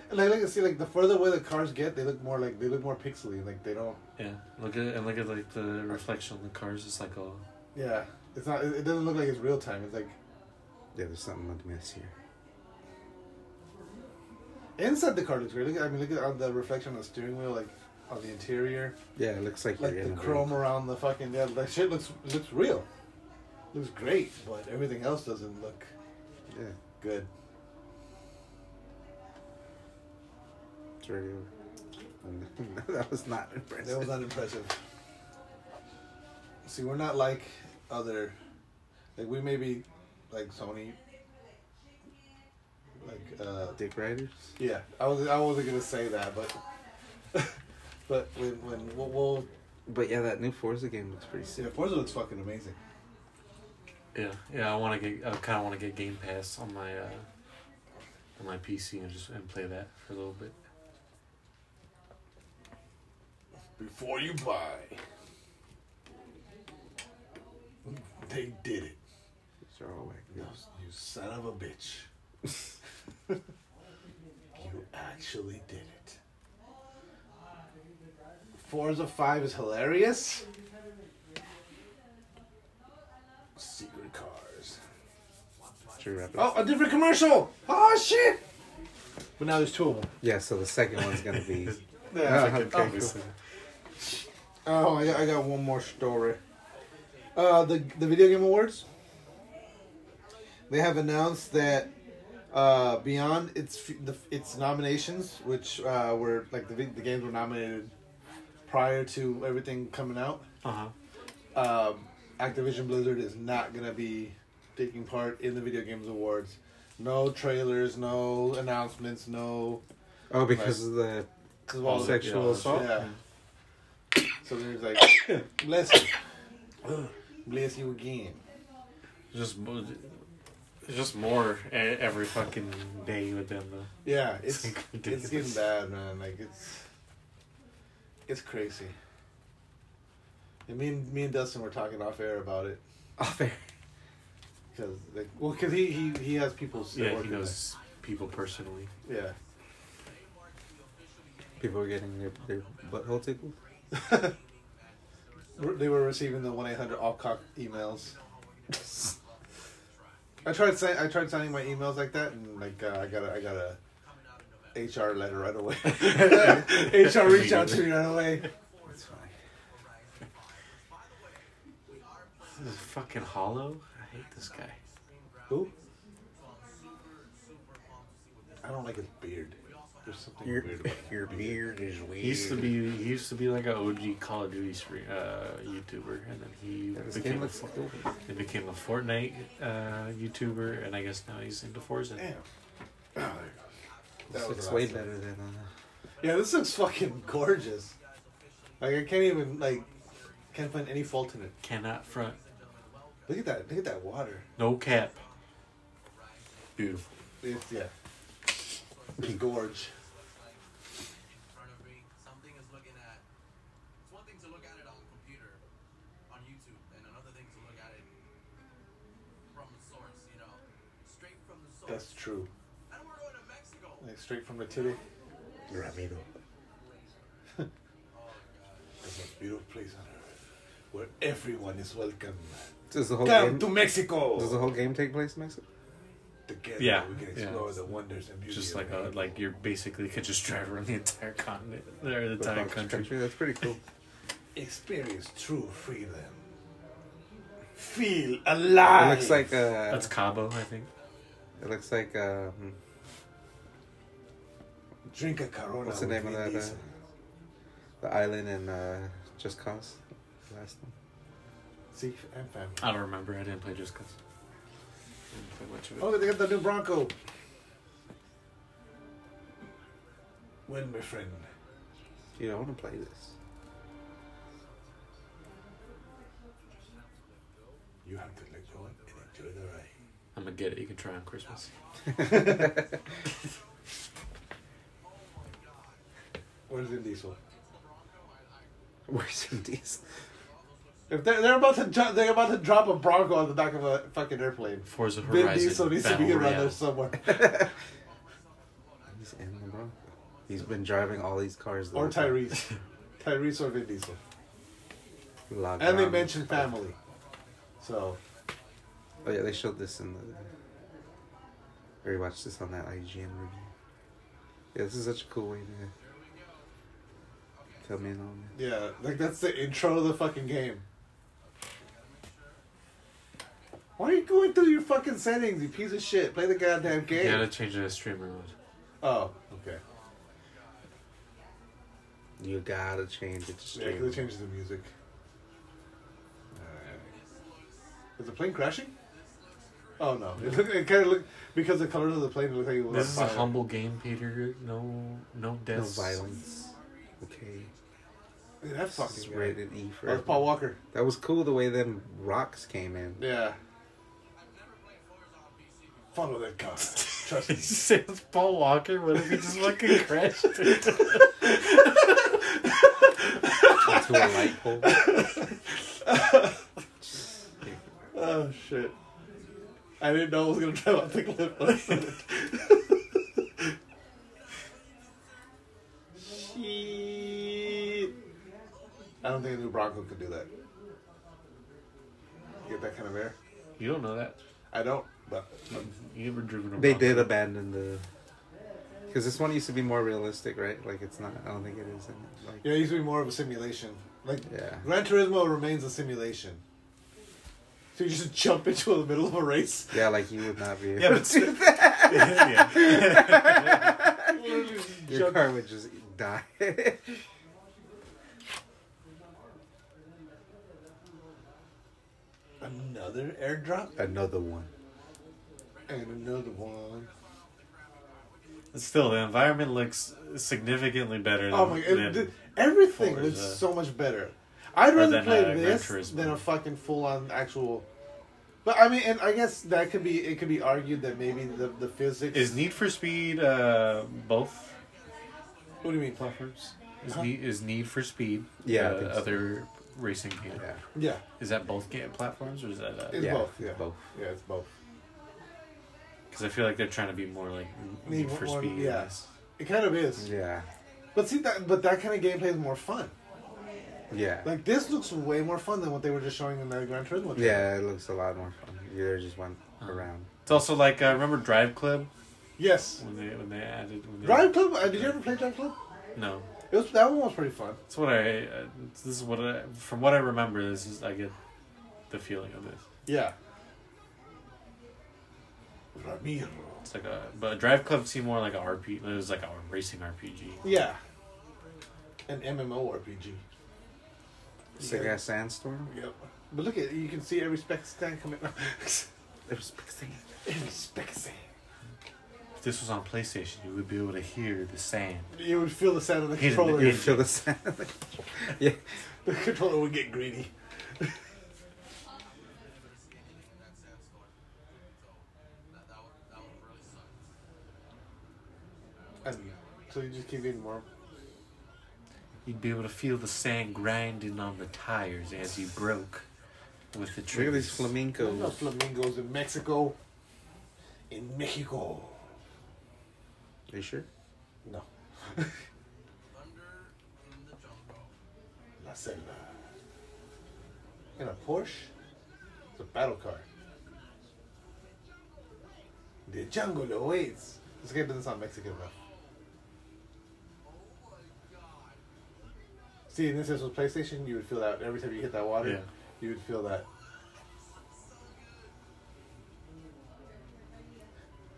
[SPEAKER 7] And like, like I see, like the further away the cars get, they look more like they look more pixely. Like they don't.
[SPEAKER 2] Yeah, look at and look at like the reflection on the cars. It's like all
[SPEAKER 7] Yeah. It's not. It it doesn't look like it's real time. It's like
[SPEAKER 3] Yeah, there's something amiss here.
[SPEAKER 7] inside the car looks great. Look at, I mean, look at on the reflection on the steering wheel, like on the interior,
[SPEAKER 3] Yeah, it looks like,
[SPEAKER 7] like
[SPEAKER 3] you're
[SPEAKER 7] the
[SPEAKER 3] in a
[SPEAKER 7] chrome
[SPEAKER 3] room.
[SPEAKER 7] around the fucking. Yeah, that shit looks looks real. Looks great, but everything else doesn't look
[SPEAKER 3] Yeah,
[SPEAKER 7] good.
[SPEAKER 3] it's already over. that was not impressive.
[SPEAKER 7] That was not impressive. See, we're not like other, like we may be like Sony, like uh,
[SPEAKER 3] Dick Riders?
[SPEAKER 7] yeah. I was I wasn't gonna say that, but but when when we'll, we'll
[SPEAKER 3] But yeah, that new Forza game looks pretty sick.
[SPEAKER 7] yeah, Forza looks fucking amazing.
[SPEAKER 2] yeah yeah. I want to get I kind of want to get Game Pass on my uh, on my PC and just and play that for a little bit.
[SPEAKER 7] Before you buy, they did it.
[SPEAKER 3] Those are all whack.
[SPEAKER 7] You son of a bitch.
[SPEAKER 9] actually did it. Forza 5 is hilarious. Secret cars.
[SPEAKER 1] Should we wrap it up?
[SPEAKER 9] Oh, a different commercial! Oh, shit! But now there's two of them.
[SPEAKER 1] Yeah, so the second one's gonna be.
[SPEAKER 9] Oh, cool. Oh, I, I got one more story. Uh, the the video game awards. They have announced that uh, beyond its f- the, its nominations, which uh, were like the vi- the games were nominated prior to everything coming out.
[SPEAKER 2] Uh-huh.
[SPEAKER 9] Um, Activision Blizzard is not gonna be taking part in the video games awards. No trailers, no announcements, no
[SPEAKER 1] Oh, because of the
[SPEAKER 9] because of all the
[SPEAKER 1] sexual
[SPEAKER 2] yeah.
[SPEAKER 3] Oh.
[SPEAKER 1] assault.
[SPEAKER 9] yeah. So there's like, bless you. bless you again.
[SPEAKER 2] Just, mo- just more e- every fucking day with them, though.
[SPEAKER 9] Yeah, it's
[SPEAKER 2] like
[SPEAKER 9] it's
[SPEAKER 2] ridiculous.
[SPEAKER 9] getting bad, man. Like it's it's crazy. And me and me and Dustin were talking off air about it
[SPEAKER 1] Off air.
[SPEAKER 9] because like well because he, he he has people that
[SPEAKER 2] Yeah,
[SPEAKER 9] work
[SPEAKER 2] he
[SPEAKER 9] in
[SPEAKER 2] knows people personally.
[SPEAKER 9] there.
[SPEAKER 1] People are getting their, their butthole tickled.
[SPEAKER 9] yeah We're- they were receiving the one eight hundred all cock emails. I tried say, I tried sending my emails like that and like uh, I got a, I got a HR letter right away. HR reached out to me right away.
[SPEAKER 1] That's funny.
[SPEAKER 2] This is fucking hollow. I hate this guy.
[SPEAKER 9] Who? I don't like his beard. There's something
[SPEAKER 1] Your,
[SPEAKER 9] weird about
[SPEAKER 1] your beard is weird.
[SPEAKER 2] He used to be he used to be like a OG Call of Duty stream, uh, YouTuber, and then he
[SPEAKER 1] This game
[SPEAKER 2] became a,
[SPEAKER 1] looks
[SPEAKER 2] Fort-
[SPEAKER 1] cool.
[SPEAKER 2] he became a Fortnite uh, YouTuber, and I guess now he's into Forza.
[SPEAKER 9] it. Damn. Oh,
[SPEAKER 1] This
[SPEAKER 9] That was
[SPEAKER 1] looks
[SPEAKER 9] the
[SPEAKER 1] way
[SPEAKER 9] last one.
[SPEAKER 1] better than. Uh,
[SPEAKER 9] Yeah, this looks fucking gorgeous. Like I can't even like can't find any fault in it.
[SPEAKER 2] Cannot front.
[SPEAKER 9] Look at that! Look at that water.
[SPEAKER 2] No cap. Beautiful.
[SPEAKER 9] It's yeah. It's gorge.
[SPEAKER 10] front of me, something is looking at. It's one thing to look at it on a computer, on YouTube, and another thing to look at it from the source, you know, straight from the source.
[SPEAKER 9] That's true.
[SPEAKER 10] and we're going to Mexico.
[SPEAKER 9] Like straight from the titty.
[SPEAKER 1] Ramiro.
[SPEAKER 9] It's a beautiful place on earth where everyone is welcome.
[SPEAKER 1] Does the whole
[SPEAKER 9] Come
[SPEAKER 1] game?
[SPEAKER 9] to Mexico.
[SPEAKER 1] Does the whole game take place in Mexico?
[SPEAKER 9] Together
[SPEAKER 2] Yeah,
[SPEAKER 9] we can
[SPEAKER 2] yeah.
[SPEAKER 9] explore the wonders and beauty.
[SPEAKER 2] Just
[SPEAKER 9] of
[SPEAKER 2] like a,
[SPEAKER 9] Mexico.
[SPEAKER 2] like you're basically could just drive around the entire continent or the
[SPEAKER 1] The
[SPEAKER 2] entire
[SPEAKER 1] Fox
[SPEAKER 2] country.
[SPEAKER 1] That's pretty cool.
[SPEAKER 9] Experience true freedom. Feel
[SPEAKER 1] It
[SPEAKER 9] alive.
[SPEAKER 1] looks like uh,
[SPEAKER 2] That's Cabo, I think.
[SPEAKER 1] it looks like um,
[SPEAKER 9] drink a Corona.
[SPEAKER 1] What's the
[SPEAKER 9] with
[SPEAKER 1] name of
[SPEAKER 9] Vin
[SPEAKER 1] that, uh,
[SPEAKER 9] Diesel.
[SPEAKER 1] the island in uh, Just Cause, the last one.
[SPEAKER 9] See, I'm family.
[SPEAKER 2] I don't remember. I didn't play Just Cause. I didn't play much of it.
[SPEAKER 9] Oh, they got the new Bronco. When, my friend?
[SPEAKER 1] You don't want to play this.
[SPEAKER 9] You have to let go and enjoy the ride.
[SPEAKER 2] I'm gonna get it. You can try on Christmas.
[SPEAKER 9] Where's Vin Diesel?
[SPEAKER 1] Where's Vin Diesel?
[SPEAKER 9] If they're, they're about to dro- they're about to drop a Bronco on the back of a fucking airplane.
[SPEAKER 2] Forza
[SPEAKER 9] Vin
[SPEAKER 2] Horizon.
[SPEAKER 9] Diesel needs to
[SPEAKER 2] Battle
[SPEAKER 9] be around
[SPEAKER 2] Royale.
[SPEAKER 9] there somewhere,
[SPEAKER 1] He's in the Bronco. He's been driving all these cars. the
[SPEAKER 9] or
[SPEAKER 1] whole time.
[SPEAKER 9] Tyrese, Tyrese or Vin Diesel.
[SPEAKER 1] Locked
[SPEAKER 9] And they
[SPEAKER 1] on.
[SPEAKER 9] mentioned family, so
[SPEAKER 1] Oh yeah, they showed this in the. Or you watched this on that IGN review. Yeah, this is such a cool way to come in on it.
[SPEAKER 9] yeah, like that's the intro of the fucking game. Why are you going through your fucking settings, you piece of shit? Play the goddamn
[SPEAKER 2] You
[SPEAKER 9] game.
[SPEAKER 2] gotta change the streamer mode.
[SPEAKER 9] Oh, okay.
[SPEAKER 1] You gotta change it to
[SPEAKER 9] Yeah, 'cause
[SPEAKER 1] stream.
[SPEAKER 9] they changed the music. Alright. Is the plane crashing? Oh no! It, look, it kind of looked because the colors of the plane looked like it was.
[SPEAKER 2] This is
[SPEAKER 9] on
[SPEAKER 2] a
[SPEAKER 9] fire.
[SPEAKER 2] humble game, Peter. No, no
[SPEAKER 1] no
[SPEAKER 2] deaths.
[SPEAKER 1] violence. Okay.
[SPEAKER 9] Dude,
[SPEAKER 1] This
[SPEAKER 9] that
[SPEAKER 1] is
[SPEAKER 9] fucking guy.
[SPEAKER 1] rated E for.
[SPEAKER 9] That's Paul Walker.
[SPEAKER 1] That was cool the way them rocks came in.
[SPEAKER 9] Yeah. Follow that car. Trust me.
[SPEAKER 2] He says Paul Walker. What if he just fucking crashed? it?
[SPEAKER 1] Into a light pole.
[SPEAKER 9] Oh shit! I didn't know I was gonna drive off the cliff. I don't think a new Bronco could do that. Get that kind of air.
[SPEAKER 2] You don't know that.
[SPEAKER 9] I don't, but
[SPEAKER 2] You ever driven a
[SPEAKER 3] They
[SPEAKER 2] Bronco?
[SPEAKER 3] did abandon the. Because this one used to be more realistic, right? Like it's not. I don't think it is. in- Like,
[SPEAKER 9] yeah, it used to be more of a simulation. Like
[SPEAKER 3] Yeah.
[SPEAKER 9] Gran Turismo remains a simulation. So you just jump into the middle of a race.
[SPEAKER 3] yeah, like you would not be. Able
[SPEAKER 2] Yeah, but yeah.
[SPEAKER 3] your car would just die.
[SPEAKER 9] Another airdrop
[SPEAKER 3] Another one.
[SPEAKER 9] and another one.
[SPEAKER 2] Still, the environment looks significantly better.
[SPEAKER 9] Oh
[SPEAKER 2] than,
[SPEAKER 9] my
[SPEAKER 2] than-
[SPEAKER 9] god, th- everything
[SPEAKER 2] Forza.
[SPEAKER 9] looks so much better. I'd rather
[SPEAKER 2] than,
[SPEAKER 9] play
[SPEAKER 2] uh, Gran
[SPEAKER 9] this
[SPEAKER 2] Turismo.
[SPEAKER 9] than a fucking full on actual. But I mean, and I guess that could be it could be argued that maybe the the physics.
[SPEAKER 2] Is Need for Speed uh, both
[SPEAKER 9] what do you mean?
[SPEAKER 2] platforms? Is,
[SPEAKER 9] Huh?
[SPEAKER 2] need, is Need for Speed
[SPEAKER 3] Yeah, I
[SPEAKER 2] uh,
[SPEAKER 3] think so.
[SPEAKER 2] other racing game?
[SPEAKER 3] Yeah.
[SPEAKER 9] Yeah,
[SPEAKER 2] Is that both game platforms or is that uh
[SPEAKER 9] It's
[SPEAKER 3] yeah,
[SPEAKER 9] both, yeah.
[SPEAKER 3] Both.
[SPEAKER 9] yeah, it's both.
[SPEAKER 2] Because I feel like they're trying to be more like Need,
[SPEAKER 9] Need
[SPEAKER 2] for
[SPEAKER 9] one-
[SPEAKER 2] Speed.
[SPEAKER 9] yeah. It kind of is.
[SPEAKER 3] Yeah.
[SPEAKER 9] But see that, but that kind of gameplay is more fun.
[SPEAKER 3] Yeah.
[SPEAKER 9] Like this looks way more fun than what they were just showing in that Gran Turismo. trailer.
[SPEAKER 3] yeah, it looks a lot more fun. You there just went around.
[SPEAKER 2] It's also like uh, remember Drive Club
[SPEAKER 9] Yes.
[SPEAKER 2] when they when they added when they,
[SPEAKER 9] Drive Club. Uh, did you ever play Drive Club?
[SPEAKER 2] No,
[SPEAKER 9] It was that one was pretty fun.
[SPEAKER 2] that's what I. Uh, this is what I from what I remember. This is I get the feeling of this.
[SPEAKER 9] Yeah. Ramiro.
[SPEAKER 2] It's like a but Drive Club seemed more like a RP. It was like a racing RPG.
[SPEAKER 9] Yeah. An MMORPG.
[SPEAKER 3] Sega Sandstorm?
[SPEAKER 9] Yep. But look at you can see every spec stand coming.
[SPEAKER 3] It was pixie.
[SPEAKER 9] every spec stand.
[SPEAKER 2] If this was on PlayStation, you would be able to hear the sand.
[SPEAKER 9] You would feel the sound of the
[SPEAKER 2] Hidden
[SPEAKER 9] controller.
[SPEAKER 3] You feel the sound. yeah.
[SPEAKER 9] The controller would get greedy. And so you just keep getting more.
[SPEAKER 2] You'd be able to feel the sand grinding on the tires as you broke with
[SPEAKER 3] Look
[SPEAKER 2] the
[SPEAKER 3] at
[SPEAKER 2] triggers.
[SPEAKER 3] these
[SPEAKER 9] There's no
[SPEAKER 3] flamingos.
[SPEAKER 9] flamingos in Mexico. In Mexico.
[SPEAKER 3] Are you sure?
[SPEAKER 9] No.
[SPEAKER 10] Thunder in the jungle.
[SPEAKER 9] La Selva. In a Porsche? It's a battle car. The jungle awaits. This guy doesn't sound Mexican enough. See, and this is with PlayStation, you would feel that every time you hit that water,
[SPEAKER 2] Yeah.
[SPEAKER 9] you would feel that.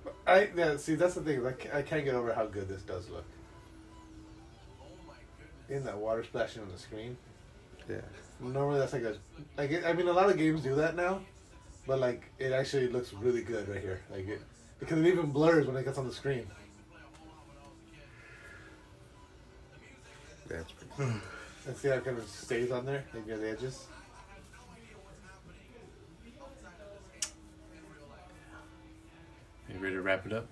[SPEAKER 9] But I yeah, see that's the thing. is I ca- I can't get over how good this does look. In that water splashing on the screen.
[SPEAKER 3] Yeah.
[SPEAKER 9] Normally that's like a like it, I mean a lot of games do that now, but like it actually looks really good right here like it because it even blurs when it gets on the screen.
[SPEAKER 3] That's pretty cool.
[SPEAKER 9] And see how it kind of stays on there like near the edges.
[SPEAKER 2] You ready to wrap it up?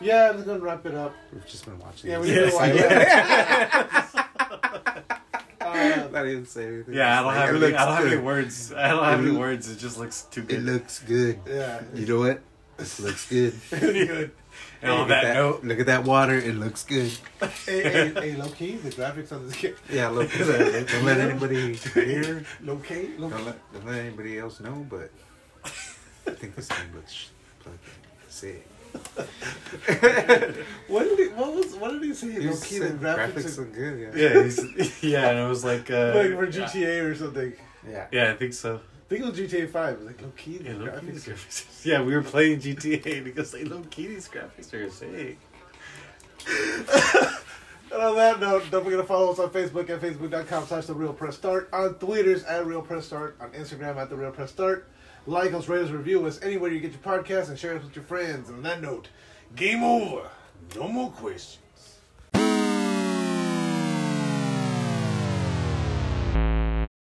[SPEAKER 9] Yeah, I'm just gonna wrap it up.
[SPEAKER 3] We've just been watching.
[SPEAKER 9] Yeah, we
[SPEAKER 3] this.
[SPEAKER 9] did a while. Uh,
[SPEAKER 3] Not even say anything.
[SPEAKER 2] Yeah,
[SPEAKER 3] Just
[SPEAKER 2] I don't
[SPEAKER 3] like,
[SPEAKER 2] have
[SPEAKER 3] it
[SPEAKER 2] any,
[SPEAKER 3] looks
[SPEAKER 2] I don't have any
[SPEAKER 3] good.
[SPEAKER 2] words. I don't have
[SPEAKER 3] It
[SPEAKER 2] any
[SPEAKER 3] loo-
[SPEAKER 2] words. It just looks too
[SPEAKER 3] It
[SPEAKER 2] good.
[SPEAKER 3] looks good.
[SPEAKER 9] yeah,
[SPEAKER 3] You know what? This looks good.
[SPEAKER 9] pretty good.
[SPEAKER 2] and on
[SPEAKER 3] look,
[SPEAKER 2] that,
[SPEAKER 3] at that,
[SPEAKER 2] note,
[SPEAKER 3] look at that water. It looks good.
[SPEAKER 9] hey, hey, hey, low key, the graphics on this game.
[SPEAKER 3] Yeah, look. don't let anybody hear.
[SPEAKER 9] Low key, low
[SPEAKER 3] Don't
[SPEAKER 9] key.
[SPEAKER 3] let, don't let anybody else know. But I think this thing looks fucking sick.
[SPEAKER 9] What did he? What was? What did he say?
[SPEAKER 3] You
[SPEAKER 9] Low key, the
[SPEAKER 3] said
[SPEAKER 9] graphics,
[SPEAKER 3] graphics
[SPEAKER 9] are,
[SPEAKER 3] look good. Yeah.
[SPEAKER 2] yeah, he's- yeah, and it was like, uh,
[SPEAKER 9] like for GTA or something.
[SPEAKER 3] Yeah.
[SPEAKER 2] yeah, I think so.
[SPEAKER 9] I think it was GTA Five. It was like low key, the
[SPEAKER 2] Yeah, low key,
[SPEAKER 9] graphics.
[SPEAKER 2] these
[SPEAKER 9] are-
[SPEAKER 2] graphics. yeah, we were playing GTA because they low key these graphics are sick.
[SPEAKER 9] And on that note, don't forget to follow us on Facebook at facebook.com slash the real press start, on Twitters at real press start, on Instagram at the real press start. Like us, rate us, review us anywhere you get your podcast, and share us with your friends. And on that note, game over. No more questions.